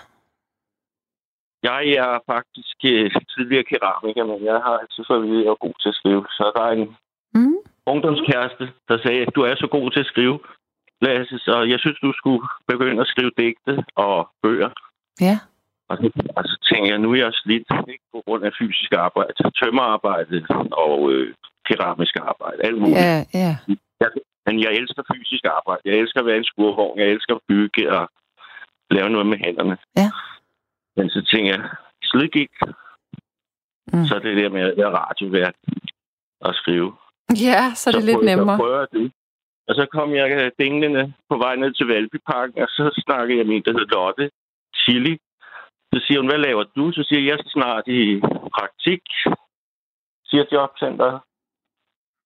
Speaker 4: Jeg er faktisk øh, tidligere keramiker, men jeg har altid fået at vide, at jeg er god til at skrive. Så der er en
Speaker 2: Mm.
Speaker 4: ungdomskæreste, der sagde, at du er så god til at skrive, Lasse, så jeg synes, du skulle begynde at skrive digte og bøger.
Speaker 2: Ja.
Speaker 4: Og så, og så tænkte jeg, nu er jeg slidt ikke på grund af fysisk arbejde, tømmerarbejde og øh, keramisk arbejde, alt muligt.
Speaker 2: Ja, ja.
Speaker 4: Men jeg elsker fysisk arbejde. Jeg elsker at være i en skurvogn. Jeg elsker at bygge og lave noget med hænderne.
Speaker 2: Ja.
Speaker 4: Men så tænker jeg, slet ikke.
Speaker 2: Mm.
Speaker 4: Mm. Så det der med at være radiovært og skrive.
Speaker 2: Ja, så er det lidt
Speaker 4: prøvede-
Speaker 2: nemmere.
Speaker 4: Så prøver det. Og så kom jeg øh, dinglende på vej ned til Valbyparken, og så snakkede jeg med en, der hed Lotte Chili. Så siger hun, hvad laver du? Så siger jeg, jeg er snart i praktik, siger jobcenteret.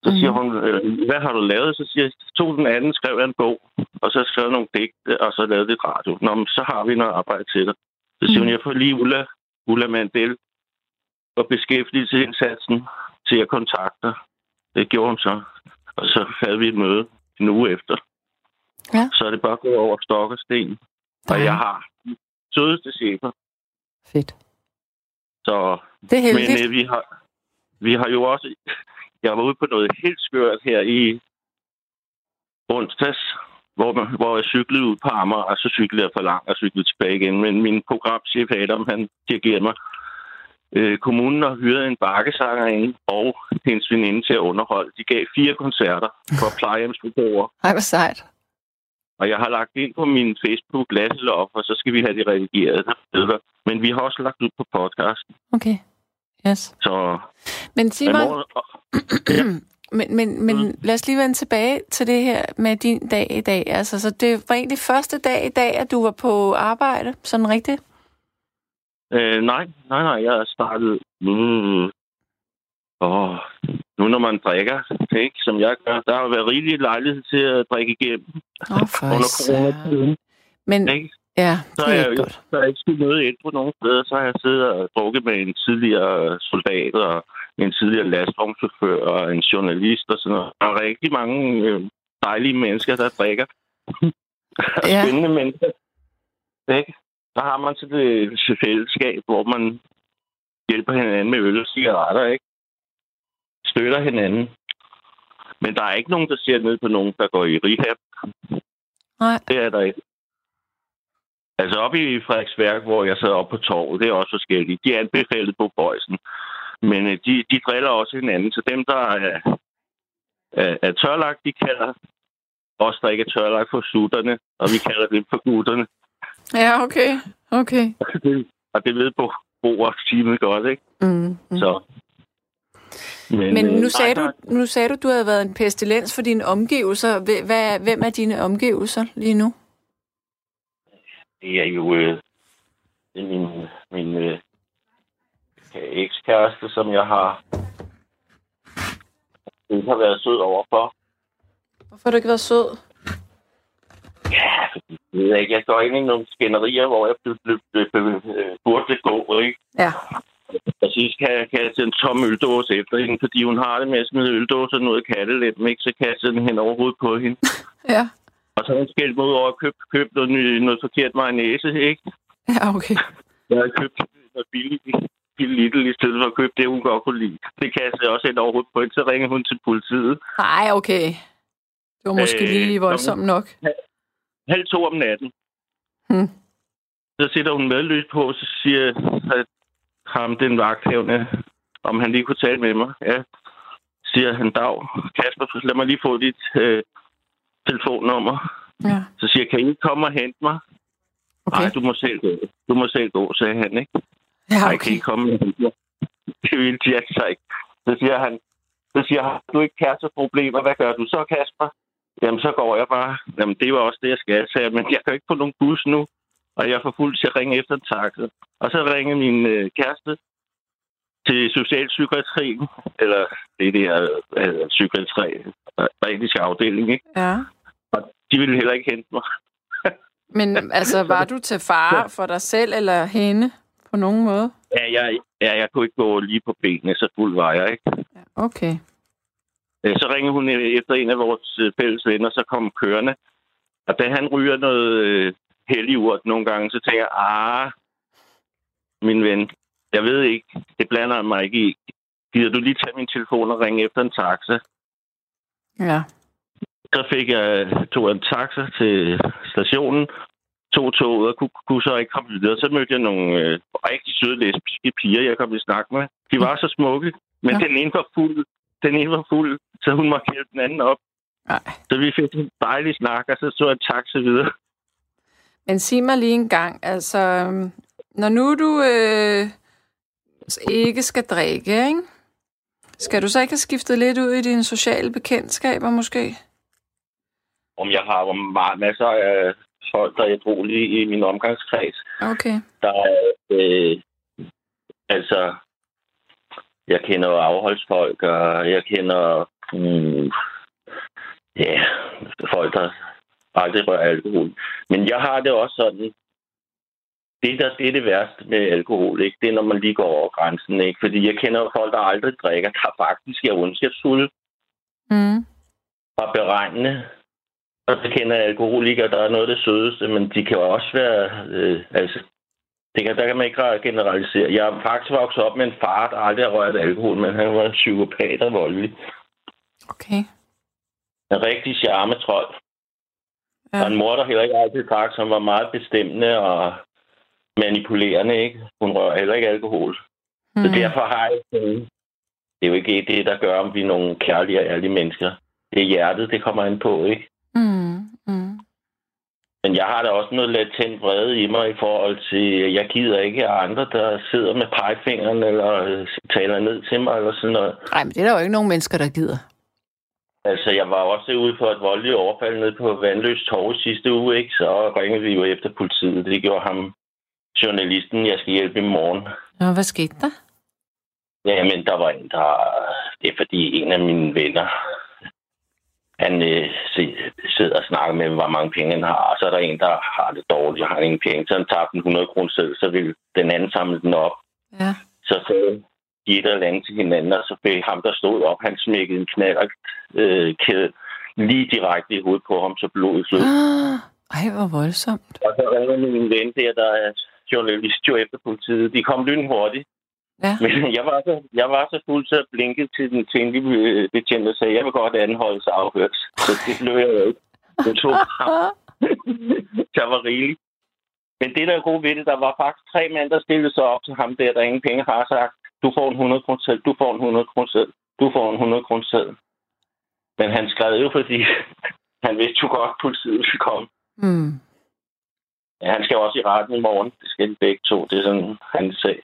Speaker 4: Så siger
Speaker 2: Mhm.
Speaker 4: hun, "Øh, hvad har du lavet? Så siger jeg, 2018 skrev jeg en bog, og så skrev jeg nogle digte, og så lavede det radio. Nå, men så har vi noget arbejde til dig. Så siger hun,
Speaker 2: Mhm.
Speaker 4: jeg får lige Ulla, Ulla Mandel og beskæftigelsesindsatsen til at kontakte dig." Det gjorde hun så. Og så havde vi et møde en uge efter.
Speaker 2: Ja.
Speaker 4: Så er det bare gået over stok og sten. Og jeg har de sødeste chefer.
Speaker 2: Fedt.
Speaker 4: Så,
Speaker 2: Det er
Speaker 4: men
Speaker 2: heldigt.
Speaker 4: øh, vi, har, vi har jo også... Jeg var ude på noget helt skørt her i onsdags, hvor, man, hvor jeg cyklede ud på Amager, og så cyklede jeg for langt og cyklede tilbage igen. Men min programchef Adam, han dirigerer mig. Øh, kommunen har hyret en bakkesangerinde og hendes veninde til at underholde. De gav fire koncerter for plejehjemsbeboere.
Speaker 2: Ej, hvor sejt.
Speaker 4: Og jeg har lagt det ind på min Facebook, Lasse Lof, og så skal vi have det redigeret. billeder. Men vi har også lagt ud på podcast.
Speaker 2: Okay. Yes.
Speaker 4: Så
Speaker 2: Men Simon,
Speaker 4: morgen,
Speaker 2: men, men, men
Speaker 4: Mm.
Speaker 2: lad os lige vende tilbage til det her med din dag i dag. Altså, så det var egentlig første dag i dag, at du var på arbejde, sådan rigtigt?
Speaker 4: øh, nej, nej, nej, jeg har startet... Mm, åh, nu når man drikker, ikke, som jeg gør, der har jo været rigelig lejlighed til at drikke igennem
Speaker 2: Åh, for
Speaker 4: under
Speaker 2: søren.
Speaker 4: coronatiden.
Speaker 2: Men
Speaker 4: Ikke?
Speaker 2: ja,
Speaker 4: Så
Speaker 2: det
Speaker 4: er
Speaker 2: er
Speaker 4: jeg
Speaker 2: ikke
Speaker 4: jo
Speaker 2: godt.
Speaker 4: så er jeg ikke skulle møde ind på nogen steder. Så har jeg siddet og drukket med en tidligere soldat og en tidligere lastvognschauffør og en journalist og sådan noget. Der er rigtig mange øh, dejlige mennesker, der drikker.
Speaker 2: Ja.
Speaker 4: ja. Spændende mennesker. Ikke? Der har man så det fællesskab, hvor man hjælper hinanden med øl og cigaretter, ikke? Støtter hinanden. Men der er ikke nogen, der ser ned på nogen, der går i rehab.
Speaker 2: Nej.
Speaker 4: Det er der ikke. Altså oppe i Frederiksværk, hvor jeg sad oppe på torvet, det er også forskelligt. De anbefalede på bøjsen. Men øh, de, de driller også hinanden. Så dem, der er, er, er tørlagt, de kalder os, der ikke er tørlagt for sutterne, og vi kalder dem for gutterne.
Speaker 2: Ja, okay. Okay.
Speaker 4: Og det ved Bo, Bo og Simon godt, ikke?
Speaker 2: Mm.
Speaker 4: Mm.
Speaker 2: Mm.
Speaker 4: Så.
Speaker 2: Men
Speaker 4: øh,
Speaker 2: nu sagde,
Speaker 4: nej,
Speaker 2: du, nu sagde du, du havde været en pestilens for dine omgivelser. Hve- Hvad, hvem er dine omgivelser lige nu?
Speaker 4: Det er jo øh, det er min, min øh, ekskæreste, som jeg har, hun har været sød overfor.
Speaker 2: Hvorfor har du ikke været sød?
Speaker 4: Ja, fordi jeg ved ikke, jeg går ind i nogle skænderier, hvor jeg blev, blev, blev, blev, øh, burde gå, ikke?
Speaker 2: Ja.
Speaker 4: Og sidst kan jeg kaste en tom øldåse efter hende, fordi hun har det med at smide øldåserne ud af kattelemmen, ikke? Så kaster jeg den hen over hovedet på hende.
Speaker 2: Ja.
Speaker 4: Og så har hun skældt mig ud over at købe, købe noget, ny- noget forkert mayonnaise, ikke?
Speaker 2: Ja, okay.
Speaker 4: Jeg har købt noget billigt i Lidl i stedet for at købe det, hun godt kunne lide. Det kastede jeg også ind over hovedet på hende. Så ringede hun til politiet.
Speaker 2: Nej, okay. Det var måske
Speaker 4: Øh,
Speaker 2: lige voldsomt nok.
Speaker 4: halv to om natten.
Speaker 2: Hmm.
Speaker 4: Så sætter hun medløs på, så siger jeg, at ham, den vagthavne, om han lige kunne tale med mig. Ja, siger han, dag, Kasper, lad mig lige få dit øh, telefonnummer.
Speaker 2: Ja,
Speaker 4: Så siger jeg, kan I ikke komme og hente mig? Nej,
Speaker 2: okay.
Speaker 4: du må selv gå. Du må selv gå, sagde han, ikke?
Speaker 2: Ja,
Speaker 4: Nej, kan I
Speaker 2: okay.
Speaker 4: komme og hente mig? Det ville de altså ikke. Så siger han, så siger han, du er ikke kæresteproblemer, hvad gør du så, Kasper? Jamen, så går jeg bare. Jamen, det var også det, jeg skal. Så jeg, men jeg kan jo ikke få nogen bus nu, og jeg er for fuld til at ringe efter en taxa. Og så ringer min øh, kæreste til socialpsykiatrien, eller det der øh, psykiatriske afdeling, ikke?
Speaker 2: Ja.
Speaker 4: De ville heller ikke hente mig.
Speaker 2: Men altså, var du til fare for dig selv eller hende på nogen måde?
Speaker 4: Ja, jeg, ja, jeg kunne ikke gå lige på benene, så fuld var jeg, ikke?
Speaker 2: Ja, Okay.
Speaker 4: Øh, Så ringede hun efter en af vores øh, fælles venner, så kom kørende. Og da han ryger noget øh, helligurt nogle gange, så tænker jeg, ah, min ven, jeg ved ikke, det blander jeg mig ikke i. Gider du lige tage min telefon og ringe efter en taxa?
Speaker 2: Ja.
Speaker 4: Så fik jeg, tog jeg en taxa til stationen, tog toget og kunne, kunne så ikke komme videre. Så mødte jeg nogle øh, rigtig søde lesbiske piger, jeg kom i snak med. De var så smukke, men
Speaker 2: Nå.
Speaker 4: ja. den ene var fuld. Den ene var fuld, så hun måtte hjælpe den anden op.
Speaker 2: Nej.
Speaker 4: Så vi fik en dejlig snak, og så så jeg en taxa videre.
Speaker 2: Men sig mig lige en gang, altså, øhm, når nu du øh, ikke skal drikke, ikke? skal du så ikke have skiftet lidt ud i dine sociale bekendtskaber måske?
Speaker 4: Om jeg har om meget masser af folk, der er drolige i min omgangskreds.
Speaker 2: Okay.
Speaker 4: Der er, øh, altså, jeg kender jo afholdsfolk, og jeg kender, mm, ja, folk, der aldrig rører alkohol. Men jeg har det også sådan, det, der, det er det værste med alkohol, ikke? det er, når man lige går over grænsen. Ikke? Fordi jeg kender jo folk, der aldrig drikker, der faktisk er ondskabsfulde,
Speaker 2: Mm.
Speaker 4: og beregnende. Og så kender jeg alkoholikere, der er noget af det sødeste, men de kan jo også være... Øh, altså, det kan, der kan man ikke generalisere. Jeg er faktisk vokset op med en far, der aldrig har rørt alkohol, men han var en psykopat og voldelig.
Speaker 2: Okay.
Speaker 4: En rigtig charmetrol. Ja. Og en mor, der heller ikke altid drak, som var meget bestemmende og manipulerende, ikke? Hun rører heller ikke alkohol. Mm. Så derfor har jeg sådan- det er jo ikke det, der gør, om vi er nogle kærlige og ærlige mennesker. Det er hjertet, det kommer an på, ikke?
Speaker 2: Mm, mm.
Speaker 4: Men jeg har da også noget latent vrede i mig i forhold til, at jeg gider ikke af andre, der sidder med pegefingeren eller øh, taler ned til mig eller sådan noget.
Speaker 2: Ej, men det er der jo ikke nogen mennesker, der gider.
Speaker 4: Altså, jeg var også ude for et voldeligt overfald nede på Vandløs Torv sidste uge, ikke? Så ringede vi jo efter politiet. Det gjorde ham, journalisten, jeg skal hjælpe i morgen.
Speaker 2: Nå, hvad skete der?
Speaker 4: Jamen, der var en, der... Det er fordi en af mine venner, han øh, si- sidder og snakker med, hvor mange penge han har, og så er der en, der har det dårligt, og har ingen penge. Så han tabte en 100 kroner selv, så vil den anden samle den op.
Speaker 2: Ja.
Speaker 4: Så sagde de et eller andet til hinanden, og så blev ham, der stod op, han smækkede en knallert øh, kæde lige direkte i hovedet på ham, så blodet flød. Mm.
Speaker 2: Ah, Ej, hvor voldsomt.
Speaker 4: Og så ringer min ven der, der er journalist jo efter politiet. De kom lynhurtigt.
Speaker 2: Ja.
Speaker 4: Men jeg var så, jeg var så fuld, så jeg blinkede til den tændige øh, betjent og sagde, jeg vil godt anholdes og afhøres. Så det blev jeg jo ikke. Den tog ham.
Speaker 2: Ah,
Speaker 4: Så var rigeligt. Men det, der er god ved det, der var faktisk tre mænd, der stillede sig op til ham der, der ingen penge har og sagt, du får en 100 kroner selv, du får en 100 kroner selv, du får en 100 kroner selv. Men han skrev jo, fordi han vidste jo godt, at politiet ville komme.
Speaker 2: mm.
Speaker 4: Ja, han skal jo også i retten i morgen. Det skal de begge to. Det er sådan, han sag.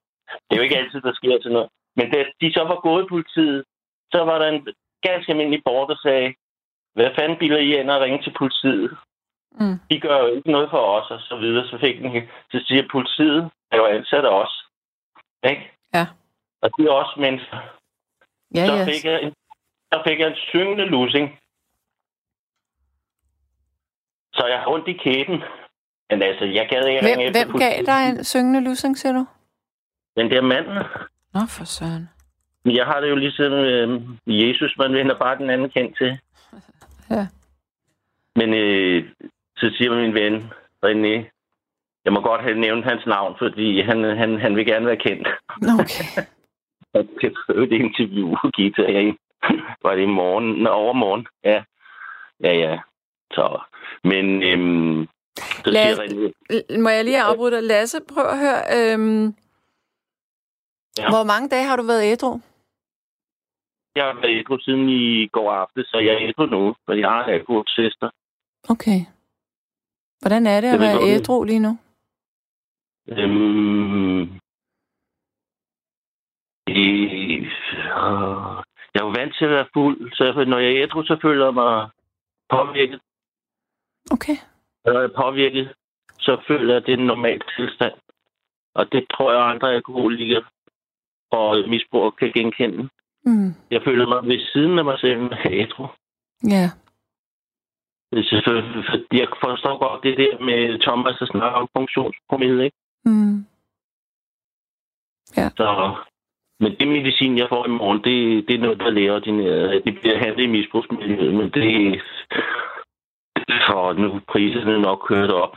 Speaker 4: Det er jo ikke altid, der sker sådan noget. Men da de så var gået i politiet, så var der en ganske almindelig borger, der sagde, hvad fanden biler I ind og ringe til politiet?
Speaker 2: Mm.
Speaker 4: De gør jo ikke noget for os, og så videre. Så, fik den, så siger politiet, er jo ansat af os. Ikke?
Speaker 2: Ja.
Speaker 4: Og det er også mennesker.
Speaker 2: Ja,
Speaker 4: Så
Speaker 2: ja.
Speaker 4: fik jeg en, så fik jeg en syngende lussing. Så jeg har ondt i kæben. Men altså, jeg gad ikke
Speaker 2: Hvem,
Speaker 4: ringe efter
Speaker 2: hvem gav
Speaker 4: politiet.
Speaker 2: dig en syngende lussing, siger du?
Speaker 4: Den der mand.
Speaker 2: Nå, for søren.
Speaker 4: Jeg har det jo ligesom øh, Jesus, man vender bare den anden kendt til.
Speaker 2: Ja.
Speaker 4: Men øh, så siger min ven, René, jeg må godt have nævnt hans navn, fordi han, han, han vil gerne være kendt.
Speaker 2: Nå, okay.
Speaker 4: Og til et interview, Gita, jeg var det i morgen, Nå, overmorgen, ja. Ja, ja. Så, men øhm, så
Speaker 2: Lad-
Speaker 4: siger René,
Speaker 2: L- Må jeg lige afbryde dig? Lasse, prøv at høre. Øhm, ja.
Speaker 4: Ja.
Speaker 2: Hvor mange dage har du været ædru?
Speaker 4: jeg har været ædru siden i går aften, så jeg er ædru nu, men jeg har en alkoholtester.
Speaker 2: Okay. Hvordan er det at
Speaker 4: Det ved
Speaker 2: være
Speaker 4: jeg godt.
Speaker 2: ædru lige nu?
Speaker 4: Øhm, øh, jeg er jo vant til at være fuld, så når jeg er ædru, så føler jeg mig påvirket.
Speaker 2: Okay.
Speaker 4: Når jeg er påvirket, så føler jeg, at det er en normal tilstand. Og det tror jeg, andre alkoholikere og misbrugere kan genkende.
Speaker 2: Mm.
Speaker 4: Jeg føler mig ved siden af mig selv med ædru.
Speaker 2: Ja.
Speaker 4: Det er selvfølgelig- for- Jeg forstår godt det der med Thomas, der snakker om funktionspromille, ikke?
Speaker 2: Mm.
Speaker 4: Så, men det medicin, jeg får i morgen, det, det er noget, der er lægeordineret. Det bliver handlet i misbrugsmiljøet, men det for nu er priserne nok kørt op.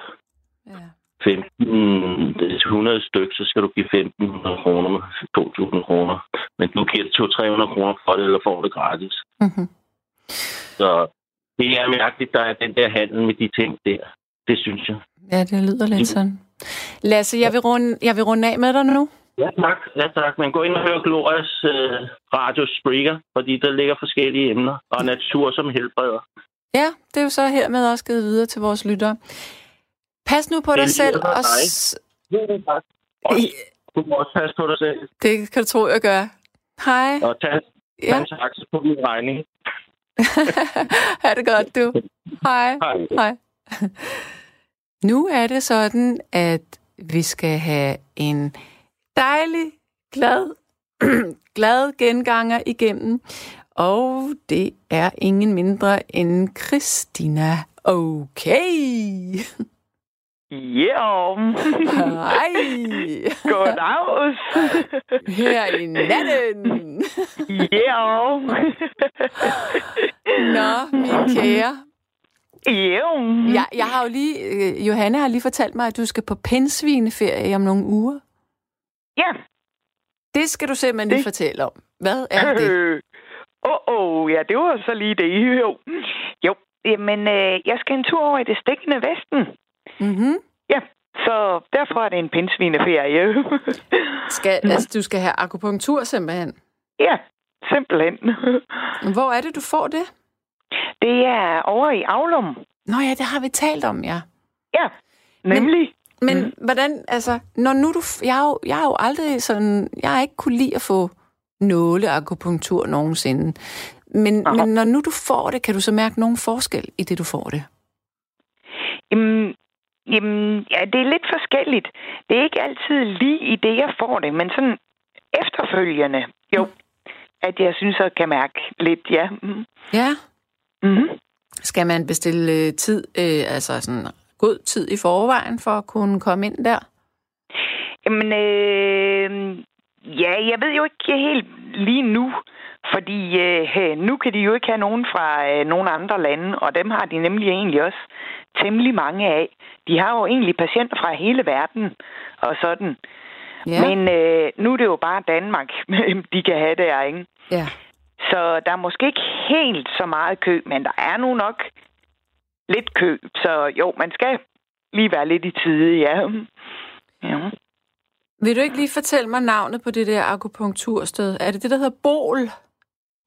Speaker 2: ja.
Speaker 4: 15, det er 100 stykker, så skal du give 1.500 kroner, 2.000 kroner. Men du giver 200-300 kroner for det, eller får det gratis.
Speaker 2: Mm-hmm.
Speaker 4: Så det er mærkeligt, der er den der handel med de ting der. Det synes jeg.
Speaker 2: Ja, det lyder lidt
Speaker 4: Ligesom-
Speaker 2: sådan. Lasse, jeg vil runde, jeg vil runde af med dig nu.
Speaker 4: Ja tak, ja, tak. Men gå ind og hør Glorias øh, radio Spreaker, fordi der ligger forskellige emner. Og natur som helbreder.
Speaker 2: Ja, det er jo så hermed også givet videre til vores lyttere. Pas nu på
Speaker 4: Det
Speaker 2: dig selv.
Speaker 4: lyder
Speaker 2: Og
Speaker 4: dig.
Speaker 2: s-
Speaker 4: Tusind tak. Og du må også passe på dig selv.
Speaker 2: det kan du tro, jeg gør. Hej.
Speaker 4: Og tag ja.
Speaker 2: Ja.
Speaker 4: en taxa på min regning.
Speaker 2: ha' det godt, du. Hej.
Speaker 4: Hej.
Speaker 2: Hej. Nu er det sådan, at vi skal have en dejlig, glad, glad genganger igennem. Og det er ingen mindre end Christina. Okay.
Speaker 5: Ja,
Speaker 2: Hej.
Speaker 5: goddags.
Speaker 2: Her i natten.
Speaker 5: Ja.
Speaker 2: Nå, min kære.
Speaker 5: Ja.
Speaker 2: Jeg, jeg har jo lige, øh, Johanne har lige fortalt mig, at du skal på pindsvineferie om nogle uger.
Speaker 5: Ja.
Speaker 2: Det skal du simpelthen lige
Speaker 5: Det-
Speaker 2: fortælle om. Hvad er det?
Speaker 5: Øh, Åh, oh, oh, ja, det var så lige det. Jo, jo. jamen, øh, jeg skal en tur over i det stikkende vesten.
Speaker 2: Mm-hmm.
Speaker 5: Ja, så derfor er det en pindsvineferie.
Speaker 2: Skal, altså, du skal have akupunktur simpelthen.
Speaker 5: ja, simpelthen.
Speaker 2: Hvor er det, du får det?
Speaker 5: det er over i Avlum.
Speaker 2: Nå ja, det har vi talt om, ja.
Speaker 5: Ja, nemlig.
Speaker 2: Men mm. hvordan, altså, når nu du... Jeg har, jo, jeg har jo aldrig sådan... Jeg har ikke kunne lide at få nåleakupunktur nogensinde. Men,
Speaker 5: Aha.
Speaker 2: men når nu du får det, kan du så mærke nogen forskel i det, du får det?
Speaker 5: Jamen, jamen, ja, det er lidt forskelligt. Det er ikke altid lige i det, jeg får det, men sådan efterfølgende, jo, at jeg synes, at jeg kan mærke lidt, ja. Mm.
Speaker 2: Ja.
Speaker 5: Mm.
Speaker 2: Skal man bestille øh, tid, øh, altså sådan god tid i forvejen for at kunne komme ind der?
Speaker 5: Jamen, øh, ja, jeg ved jo ikke helt lige nu, fordi øh, nu kan de jo ikke have nogen fra øh, nogen andre lande, og dem har de nemlig egentlig også temmelig mange af. De har jo egentlig patienter fra hele verden og sådan. Ja. Men øh, nu er det jo bare Danmark, de kan have der, ikke?
Speaker 2: ja.
Speaker 5: Så der er måske ikke helt så meget kø, men der er nu nok lidt kø. Så jo, man skal lige være lidt i tide, ja. ja.
Speaker 2: Vil du ikke lige fortælle mig navnet på det der akupunktursted? Er det det, der hedder Bol?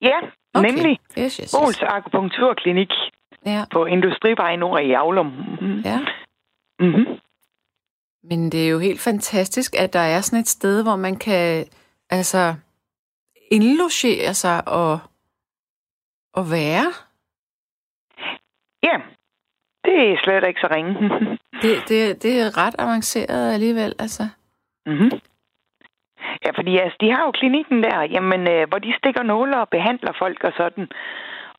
Speaker 5: Ja, okay. nemlig.
Speaker 2: Yes, yes, yes.
Speaker 5: Bols akupunkturklinik
Speaker 2: Ja,
Speaker 5: på Industrivej Nord i Aulum.
Speaker 2: ja.
Speaker 5: Mm-hmm.
Speaker 2: Men det er jo helt fantastisk, at der er sådan et sted, hvor man kan altså indlogere sig og, og være.
Speaker 5: Ja, det er slet ikke så ringe.
Speaker 2: Det, det, det er ret avanceret alligevel, altså.
Speaker 5: mm-hmm. Ja, fordi altså, de har jo klinikken der, jamen, øh, hvor de stikker nåler og behandler folk og sådan.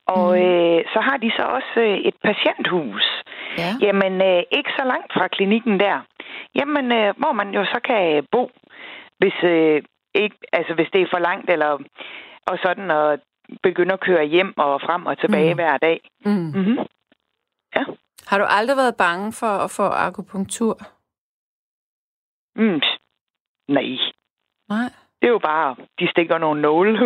Speaker 5: Og mm. øh, så har de så også øh, et patienthus.
Speaker 2: Ja.
Speaker 5: Jamen, øh, ikke så langt fra klinikken der. Jamen, øh, hvor man jo så kan øh, bo, hvis, øh, ikke, altså, hvis det er for langt, eller og sådan, og begynde at køre hjem og frem og tilbage mm. hver dag.
Speaker 2: Mm.
Speaker 5: Mm-hmm. Ja.
Speaker 2: Har du aldrig været bange for at få akupunktur?
Speaker 5: Mm. Nej,
Speaker 2: Nej.
Speaker 5: det er jo bare, de stikker nogle nåle.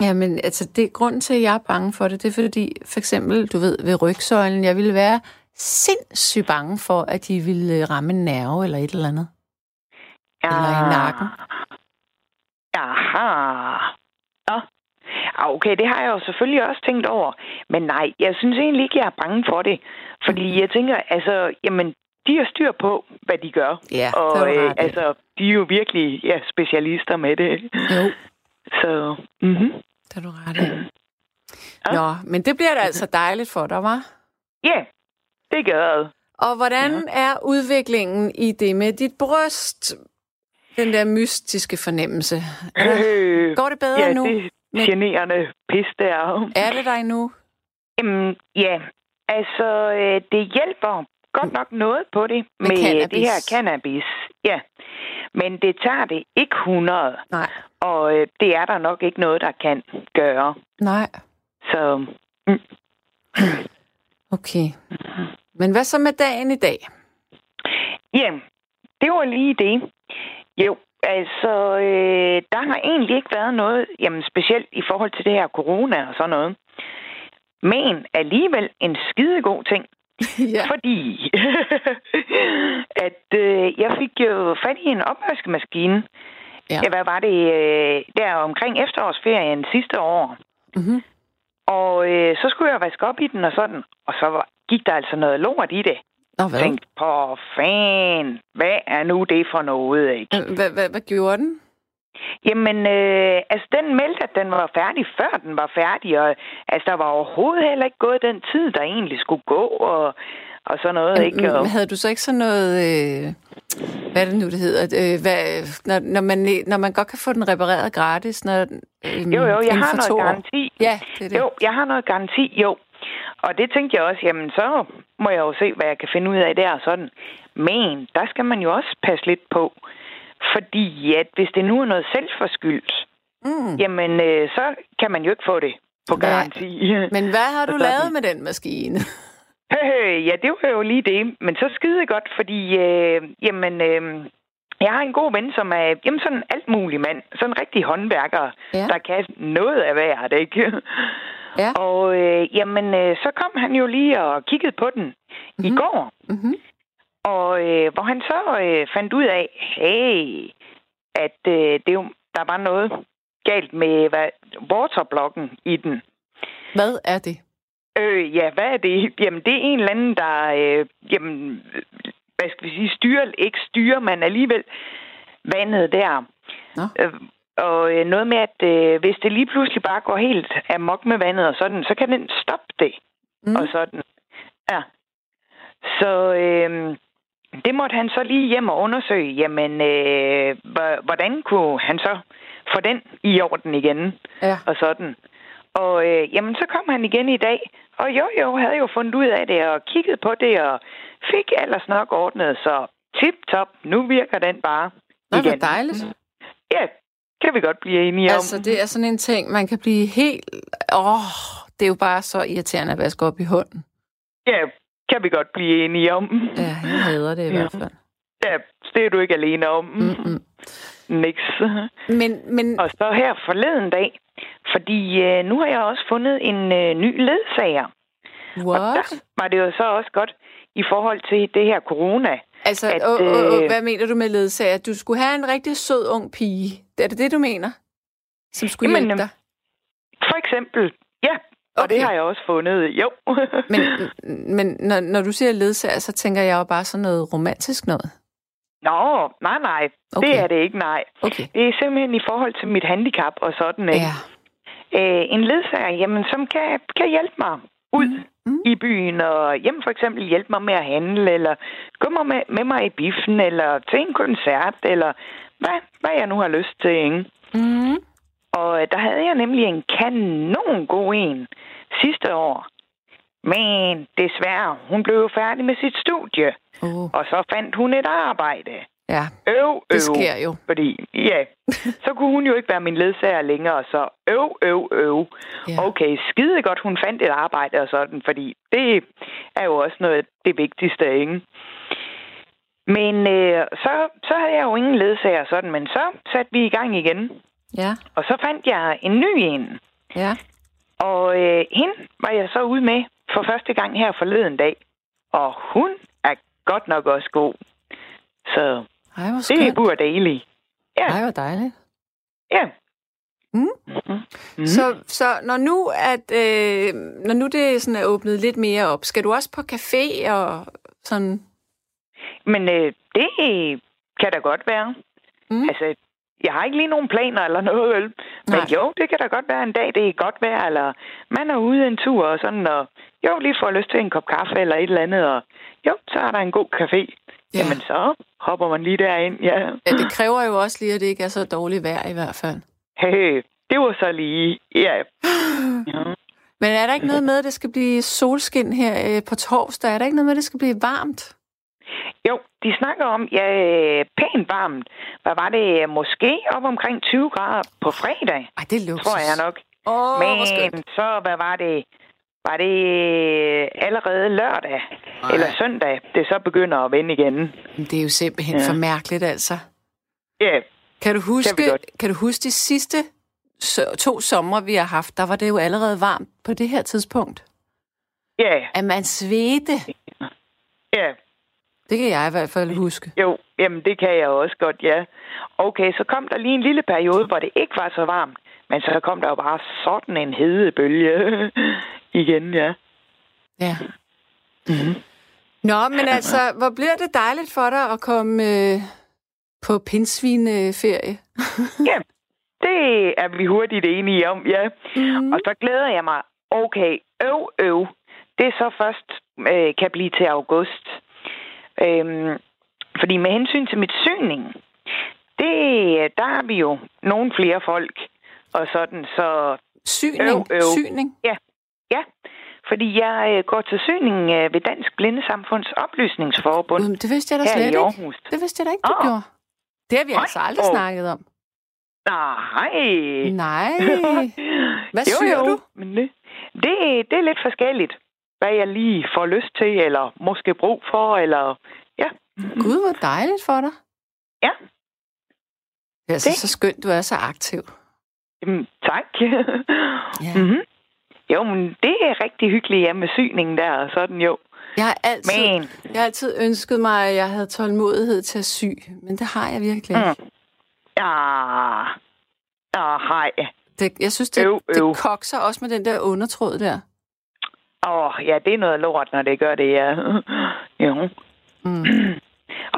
Speaker 2: Jamen, altså, det, grunden til, at jeg er bange for det, det er fordi, for eksempel, du ved, ved rygsøjlen, jeg ville være sindssygt bange for, at de ville øh, ramme en nerve eller et eller andet.
Speaker 5: Ah.
Speaker 2: Eller i nakken.
Speaker 5: Aha. Nå. Ah, Okay, det har jeg jo selvfølgelig også tænkt over. Men nej, jeg synes egentlig ikke, jeg er bange for det. Fordi jeg tænker, altså, jamen, de har styr på, hvad de gør.
Speaker 2: Ja, det
Speaker 5: Og
Speaker 2: er du
Speaker 5: øh,
Speaker 2: ret i.
Speaker 5: altså, de er jo virkelig ja, specialister med det.
Speaker 2: Jo.
Speaker 5: Så, mhm.
Speaker 2: Det er du ret i. Nå, men det bliver da altså dejligt for dig, var?
Speaker 5: Ja, yeah, det gør det.
Speaker 2: Og hvordan ja. er udviklingen i det med dit bryst? Den der mystiske fornemmelse.
Speaker 5: Øh,
Speaker 2: Går det bedre
Speaker 5: ja,
Speaker 2: nu?
Speaker 5: det
Speaker 2: Men-
Speaker 5: generende pis der.
Speaker 2: Er det dig nu?
Speaker 5: Jamen, ja. Altså, øh, det hjælper godt nok noget på det
Speaker 2: Med
Speaker 5: med, med
Speaker 2: cannabis.
Speaker 5: det her cannabis. Ja. Men det tager det ikke 100,
Speaker 2: Nej.
Speaker 5: og øh, det er der nok ikke noget, der kan gøre.
Speaker 2: Nej.
Speaker 5: Så
Speaker 2: Okay.
Speaker 5: Mm-hmm.
Speaker 2: Men hvad så med dagen i dag?
Speaker 5: ja, det var lige det. Jo, altså, øh, der har egentlig ikke været noget jamen, specielt i forhold til det her corona og sådan noget. Men alligevel en skidegod ting,
Speaker 2: ja.
Speaker 5: Fordi at øh, jeg fik jo fat i en opvaskemaskine.
Speaker 2: Ja.
Speaker 5: Ja. Hvad var det? Øh, der omkring efterårsferien sidste år.
Speaker 2: Mm-hmm.
Speaker 5: Og øh, så skulle jeg vaske op i den og sådan. Og så var, gik der altså noget lort i det.
Speaker 2: Nå, hvad?
Speaker 5: Jeg tænkte, på fan, hvad er nu det for noget, ikke?
Speaker 2: Øh, Hvad, hvad, hvad gjorde den?
Speaker 5: Jamen, øh, altså den meldte, at den var færdig, før den var færdig. Og altså, der var overhovedet heller ikke gået den tid, der egentlig skulle gå og, og sådan noget, ikke? Og,
Speaker 2: Jamen, Mm, havde du så ikke sådan noget... Øh, hvad er det nu, det hedder? Øh, hvad, når, når, man, når man godt kan få den repareret gratis? Når, øh,
Speaker 5: Jo, jo, jeg
Speaker 2: inden
Speaker 5: har
Speaker 2: for
Speaker 5: noget
Speaker 2: to år.
Speaker 5: garanti.
Speaker 2: Ja, det er det.
Speaker 5: Jo, jeg har noget garanti, jo. Og det tænkte jeg også, jamen så må jeg jo se, hvad jeg kan finde ud af der og sådan. Men der skal man jo også passe lidt på. Fordi at hvis det nu er noget selvforskyldt,
Speaker 2: Mm.
Speaker 5: jamen øh, så kan man jo ikke få det på
Speaker 2: Nej.
Speaker 5: garanti.
Speaker 2: Men hvad har du
Speaker 5: Sådan.
Speaker 2: lavet med den maskine?
Speaker 5: Øh, ja, det var jo lige det. Men så skide godt, fordi øh, jamen, øh, Jeg har en god ven, som er jamen, sådan en alt mulig mand. Sådan en rigtig håndværker,
Speaker 2: Ja.
Speaker 5: ja. der kan noget af hvert, ikke?
Speaker 2: Ja.
Speaker 5: Og øh, jamen, øh, så kom han jo lige og kiggede på den mm-hmm. i
Speaker 2: Mhm.
Speaker 5: går.
Speaker 2: Mm-hmm.
Speaker 5: Og øh, hvor han så øh, fandt ud af, hey, at øh, det jo, der var noget galt med hvad, waterblocken i den.
Speaker 2: Hvad er det?
Speaker 5: Øh, ja, hvad er det? Jamen, det er en eller anden, der... Øh, jamen, øh, hvad skal vi sige? Styrer, ikke styrer, men alligevel vandet der.
Speaker 2: Nå.
Speaker 5: Øh, og øh, noget med, at øh, hvis det lige pludselig bare går helt amok med vandet og sådan, så kan den stoppe det
Speaker 2: Mm.
Speaker 5: og sådan. Ja. Så øh, det måtte han så lige hjem og undersøge. Jamen, øh, hvor- hvordan kunne han så få den i orden igen?
Speaker 2: Ja.
Speaker 5: og sådan. Og øh, jamen, så kom han igen i dag, og jo, jo, havde jo fundet ud af det, og kigget på det, og fik ellers nok ordnet, så tip-top, nu virker den bare
Speaker 2: Nå,
Speaker 5: igen. Mm.
Speaker 2: hvor dejligt.
Speaker 5: Ja, kan vi godt blive enige
Speaker 2: Altså,
Speaker 5: om.
Speaker 2: det er sådan en ting, man kan blive helt... Åh, oh, det er jo bare så irriterende at vaske op i hånden.
Speaker 5: Ja, kan vi godt blive enige om.
Speaker 2: Ja, jeg hader det i
Speaker 5: Ja.
Speaker 2: hvert fald.
Speaker 5: ja det er du ikke alene om.
Speaker 2: Mm-mm.
Speaker 5: Niks.
Speaker 2: Men, men
Speaker 5: Og så her forleden dag, fordi øh, nu har jeg også fundet en øh, ny ledsager. Og der
Speaker 2: what?
Speaker 5: var det jo så også godt i forhold til det her corona.
Speaker 2: Altså,
Speaker 5: at,
Speaker 2: åh, åh, åh,
Speaker 5: øh,
Speaker 2: hvad mener du med ledsager? Du skulle have en rigtig sød ung pige. Er det det, du mener? Som skulle
Speaker 5: Jamen,
Speaker 2: hjælpe dig?
Speaker 5: øhm, For eksempel, ja, og
Speaker 2: Okay.
Speaker 5: det har jeg også fundet, jo.
Speaker 2: Men,
Speaker 5: øh,
Speaker 2: men når, når du siger ledsager, så tænker jeg jo bare sådan noget romantisk noget.
Speaker 5: Nå, nej, nej, okay. det
Speaker 2: Okay.
Speaker 5: er det ikke, nej.
Speaker 2: Okay.
Speaker 5: Det er simpelthen i forhold til mit handicap og sådan. ikke?
Speaker 2: Ja.
Speaker 5: Øh, en ledsager, jamen, som kan, kan hjælpe mig ud
Speaker 2: Mm.
Speaker 5: mm. i byen, og jamen, for eksempel hjælpe mig med at handle, eller gå mig med, med mig i biffen, eller til en koncert, eller hvad, hvad jeg nu har lyst til, ikke?
Speaker 2: Mm.
Speaker 5: Og øh, der havde jeg nemlig en kanon god en sidste år. Men desværre, hun blev jo færdig med sit studie,
Speaker 2: Oh,
Speaker 5: og så fandt hun et arbejde.
Speaker 2: ja,
Speaker 5: Øv, øv.
Speaker 2: det sker jo.
Speaker 5: Fordi, ja, så kunne hun jo ikke være min ledsager længere, så øv, øv, øv.
Speaker 2: Ja.
Speaker 5: Okay, skide godt, hun fandt et arbejde og sådan, fordi det er jo også noget af det vigtigste, ikke? Men øh, så, så havde jeg jo ingen ledsager og sådan, men så satte vi i gang igen,
Speaker 2: Ja,
Speaker 5: og så fandt jeg en ny en.
Speaker 2: ja.
Speaker 5: Og øh, hende var jeg så ude med for første gang her forleden dag. Og hun er godt nok også god. Så
Speaker 2: Ej, hvor
Speaker 5: det er Mhm.
Speaker 2: skønt.
Speaker 5: burdelig. Ja.
Speaker 2: Ej, hvor dejligt.
Speaker 5: Ja.
Speaker 2: Mm.
Speaker 5: Mm. Så...
Speaker 2: Så, så når nu at øh, når nu det sådan er åbnet lidt mere op, skal du også på café og sådan?
Speaker 5: Men øh, det kan da godt være.
Speaker 2: Mm.
Speaker 5: Altså, jeg har ikke lige nogen planer eller noget. vel? Men
Speaker 2: Nej.
Speaker 5: jo, det kan da godt være en dag, det er godt vejr, eller man er ude en tur og sådan, og jo, lige får lyst til en kop kaffe eller et eller andet, og jo, så er der en god café. Ja. Jamen så hopper man lige derind, ja.
Speaker 2: ja, det kræver jo også lige at det ikke er så dårligt vejr i hvert fald.
Speaker 5: Hey, det var så lige... Ja,
Speaker 2: Men er der ikke noget med at det skal blive solskin her øh, på torsdag? Er der ikke noget med at det skal blive varmt?
Speaker 5: jo, de snakker om ja, øh, pænt varmt. Hvad var det? øh, Måske op omkring 20 grader på fredag,
Speaker 2: Ej, det er luksus.
Speaker 5: tror jeg nok.
Speaker 2: Åh, hvor skønt.
Speaker 5: Men så, hvad var det? Var det øh, allerede lørdag
Speaker 2: Ej.
Speaker 5: Ej. eller søndag, det så begynder at vende igen?
Speaker 2: Men Det er jo simpelthen
Speaker 5: Ja.
Speaker 2: for mærkeligt altså.
Speaker 5: Ja,
Speaker 2: Kan du huske
Speaker 5: Kan vi
Speaker 2: kan,
Speaker 5: godt.
Speaker 2: kan du huske de sidste s- to sommer vi har haft, der var det jo allerede varmt på det her tidspunkt.
Speaker 5: ja,
Speaker 2: At man svedte.
Speaker 5: ja.
Speaker 2: Det kan jeg i hvert fald huske.
Speaker 5: Jo, jamen det kan jeg også godt, ja. Okay, så kom der lige en lille periode, hvor det ikke var så varmt. Men så kom der jo bare sådan en hedebølge igen, ja.
Speaker 2: Ja. Mm-hmm.
Speaker 5: Mhm.
Speaker 2: Nå, men altså, hvor bliver det dejligt for dig at komme øh, på pindsvineferie.
Speaker 5: Ja, det er vi hurtigt enige om, ja.
Speaker 2: Mhm.
Speaker 5: Mm. Og så glæder jeg mig. Okay, øv, øv. Det så først øh, kan blive til august. Øhm, fordi med hensyn til mit syning, det, der er vi jo nogle flere folk. Og sådan, så
Speaker 2: Syning.
Speaker 5: Øv, øv.
Speaker 2: Syning.
Speaker 5: ja. Fordi jeg øh, går til syning øh, ved Dansk Blindesamfunds Oplysningsforbund
Speaker 2: Jamen, det vidste jeg da
Speaker 5: her
Speaker 2: slet
Speaker 5: i
Speaker 2: ikke.
Speaker 5: Aarhus.
Speaker 2: Det vidste jeg da ikke, du
Speaker 5: Åh.
Speaker 2: gjorde. Det har vi
Speaker 5: Nej,
Speaker 2: altså aldrig
Speaker 5: åh.
Speaker 2: snakket om.
Speaker 5: Nej.
Speaker 2: Nej. Hvad
Speaker 5: jo,
Speaker 2: syr
Speaker 5: jo.
Speaker 2: du?
Speaker 5: Men det, det, det er lidt forskelligt, hvad jeg lige får lyst til, eller måske brug for, eller... Ja,
Speaker 2: Gud, hvor dejligt for dig.
Speaker 5: Ja.
Speaker 2: Det er altså
Speaker 5: Det-
Speaker 2: så skønt, du er så aktiv.
Speaker 5: Jamen, tak.
Speaker 2: Ja.
Speaker 5: mm-hmm. Jo, men det er rigtig hyggeligt, ja, med syningen der og sådan jo.
Speaker 2: Jeg har altid,
Speaker 5: Men,
Speaker 2: jeg har altid ønsket mig, at jeg havde tålmodighed til at sy, men det har jeg virkelig ikke. Mm.
Speaker 5: ah, ah, hej.
Speaker 2: Det, jeg synes, det,
Speaker 5: Øv, øv.
Speaker 2: det kokser også med den der undertråd der.
Speaker 5: Åh, oh, ja, det er noget lort, når det gør det, ja. jo.
Speaker 2: Mm.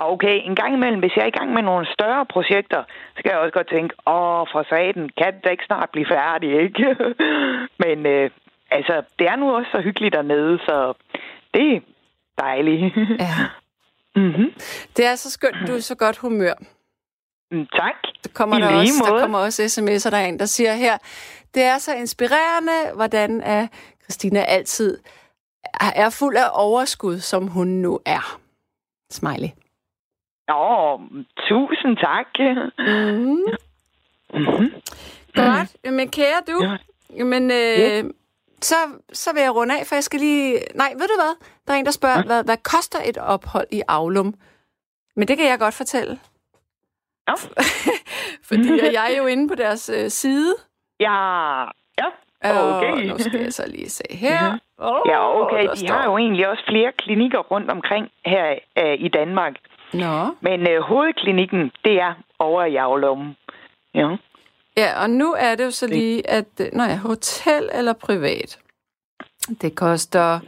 Speaker 5: Og okay, en gang imellem, hvis jeg er i gang med nogle større projekter, så kan jeg også godt tænke, åh, for saten, kan det da ikke snart blive færdig, ikke? Men øh, altså, det er nu også så hyggeligt dernede, så det er dejligt.
Speaker 2: Ja. Mhm.
Speaker 5: mm-hmm.
Speaker 2: Det er så skønt, du er i så godt humør.
Speaker 5: Mm, Tak.
Speaker 2: Der kommer,
Speaker 5: I
Speaker 2: der,
Speaker 5: lige
Speaker 2: også, der
Speaker 5: måde.
Speaker 2: kommer også sms'er, der er en, der siger her, det er så inspirerende, hvordan er Christina altid er fuld af overskud, som hun nu er. Smiley.
Speaker 5: Åh, tusind tak.
Speaker 2: Mm.
Speaker 5: Mm-hmm.
Speaker 2: Godt. Men kære du,
Speaker 5: Ja.
Speaker 2: Jamen, øh, så, så vil jeg runde af, for jeg skal lige... Nej, ved du hvad? Der er en, der spørger, ja. hvad, hvad koster et ophold i Aulum? Men det kan jeg godt fortælle.
Speaker 5: Nå.
Speaker 2: Fordi at jeg er jo inde på deres øh, side.
Speaker 5: Ja, ja,
Speaker 2: Og
Speaker 5: okay.
Speaker 2: nu skal jeg så lige se her.
Speaker 5: Ja.
Speaker 2: Oh,
Speaker 5: Ja, okay.
Speaker 2: der
Speaker 5: De
Speaker 2: står-
Speaker 5: har jo egentlig også flere klinikker rundt omkring her øh, i Danmark.
Speaker 2: Nå.
Speaker 5: Men øh, hovedklinikken, det er over i Aulum. Ja.
Speaker 2: Ja, og nu er det jo så lige, at... øh, Nå ja, hotel eller privat. Det koster...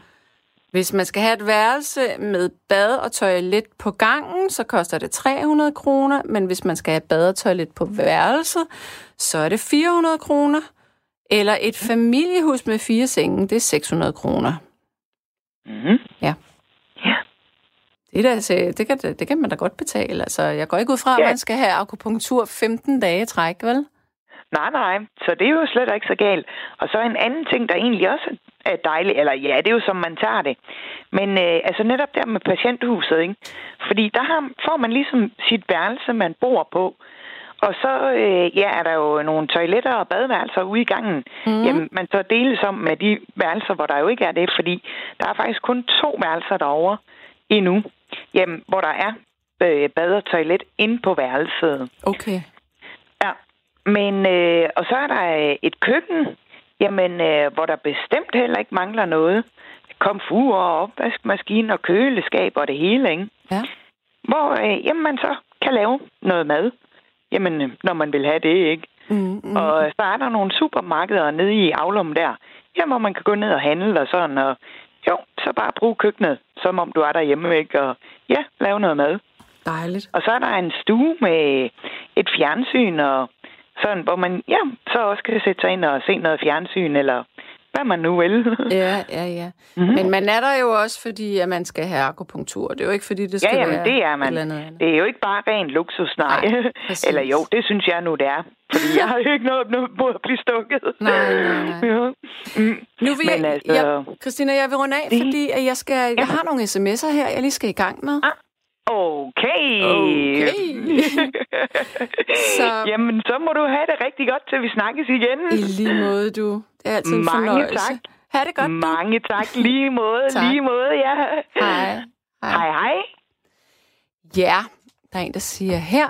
Speaker 2: Hvis man skal have et værelse med bad og toilet på gangen, så koster det 300 kroner. Men hvis man skal have bad og toilet på værelset, så er det 400 kroner. Eller et familiehus med fire senge, det er 600 kroner.
Speaker 5: Mm-hmm.
Speaker 2: Det, der, altså, det, kan, det kan man da godt betale. Altså, jeg går ikke ud fra, at
Speaker 5: Ja.
Speaker 2: man skal have akupunktur 15 dage i træk, vel?
Speaker 5: Nej, nej. Så det er jo slet ikke så galt. Og så en anden ting, der egentlig også er dejlig, eller ja, det er jo som man tager det. Men øh, altså netop der med patienthuset, ikke? Fordi der har, får man ligesom sit værelse, man bor på. Og så øh, ja, er der jo nogle toiletter og badeværelser ude i gangen. Mm. Jamen, man så deles om med de værelser, hvor der jo ikke er det, fordi der er faktisk kun to værelser derovre endnu, jamen, hvor der er øh, bad og toilet inde på værelset.
Speaker 2: Okay.
Speaker 5: Ja, men øh, og så er der øh, et køkken, jamen, øh, hvor der bestemt heller ikke mangler noget. Komfur og opvaskemaskine og køleskab og det hele, ikke?
Speaker 2: Ja.
Speaker 5: Hvor øh, jamen, man så kan lave noget mad, jamen, øh, når man vil have det, ikke?
Speaker 2: Mm,
Speaker 5: Mm. Og så er der nogle supermarkeder nede i Aulum der, her hvor man kan gå ned og handle og sådan, og jo, så bare brug køkkenet, som om du er derhjemme, ikke? Og ja, lave noget mad.
Speaker 2: Dejligt.
Speaker 5: Og så er der en stue med et fjernsyn, og sådan, hvor man ja, så også kan sætte sig ind og se noget fjernsyn, eller hvad man nu vil.
Speaker 2: Ja, ja, ja.
Speaker 5: Mhm.
Speaker 2: Mm-hmm. Men man er der jo også, fordi at man skal have akupunktur. Det er jo ikke, fordi det skal
Speaker 5: Ja, jamen,
Speaker 2: være
Speaker 5: det er man.
Speaker 2: et eller andet andet.
Speaker 5: Det er jo ikke bare ren luksus, nej.
Speaker 2: Nej, præcis.
Speaker 5: eller jo, det synes jeg nu, det er. Fordi jeg har jo ikke noget noget mod at blive stukket.
Speaker 2: Nej, nej, nej.
Speaker 5: Ja. Mm.
Speaker 2: Nu vil
Speaker 5: Men
Speaker 2: jeg,
Speaker 5: altså-
Speaker 2: jeg, Christina, jeg vil runde af, fordi at jeg, skal, jeg
Speaker 5: Ja. Ah.
Speaker 2: har nogle sms'er her, jeg lige skal i gang med.
Speaker 5: Okay.
Speaker 2: Okay. Så-
Speaker 5: Jamen, så må du have det rigtig godt, til vi snakkes igen.
Speaker 2: I lige måde, du. Det er altid en
Speaker 5: Mange
Speaker 2: fornøjelse.
Speaker 5: tak.
Speaker 2: Ha' det godt, du.
Speaker 5: Mange tak. Lige måde,
Speaker 2: Tak.
Speaker 5: lige måde, ja.
Speaker 2: Hej. Hej.
Speaker 5: Hej, hej.
Speaker 2: Ja, der er en, der siger her,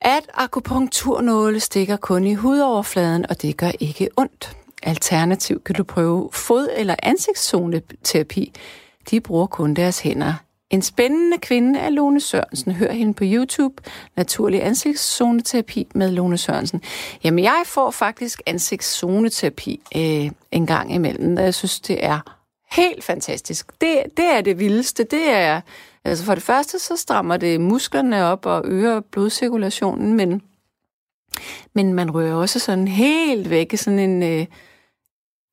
Speaker 2: at akupunkturnåle stikker kun i hudoverfladen, og det gør ikke ondt. Alternativt kan du prøve fod- eller ansigtszoneterapi. De bruger kun deres hænder. En spændende kvinde er Lone Sørensen. Hør hende på YouTube. Naturlig ansigtszoneterapi med Lone Sørensen. Jamen, jeg får faktisk ansigtszoneterapi øh, en gang imellem, og jeg synes, det er helt fantastisk. Det, det er det vildeste. Det er, altså for det første, så strammer det musklerne op og øger blodcirkulationen, men, men man rører også sådan helt væk i sådan en, øh,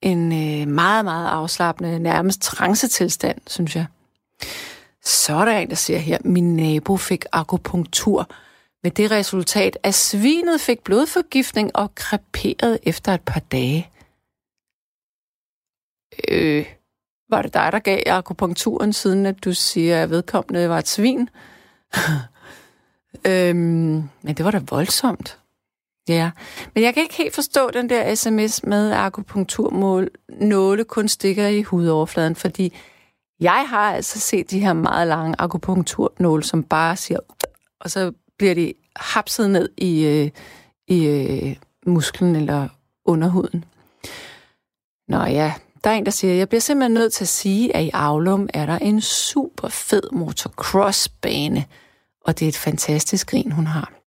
Speaker 2: en øh, meget, meget afslappende, nærmest trancetilstand, synes jeg. Så er der en, der siger her, min nabo fik akupunktur med det resultat, at svinet fik blodforgiftning og kreperede efter et par dage. Øh, var det dig, der gav akupunkturen, siden at du siger, at vedkommende var et svin? øhm, men det var da voldsomt. Ja, men jeg kan ikke helt forstå den der sms med at akupunkturmål, nåle kun stikker i hudoverfladen, fordi jeg har altså set de her meget lange akupunkturnåle, som bare siger og så bliver de hapset ned i, øh, i øh, musklen eller underhuden. Nå ja, der er en, der siger, jeg bliver simpelthen nødt til at sige, at i Aulum er der en super fed motocrossbane, og det er et fantastisk grin, hun har.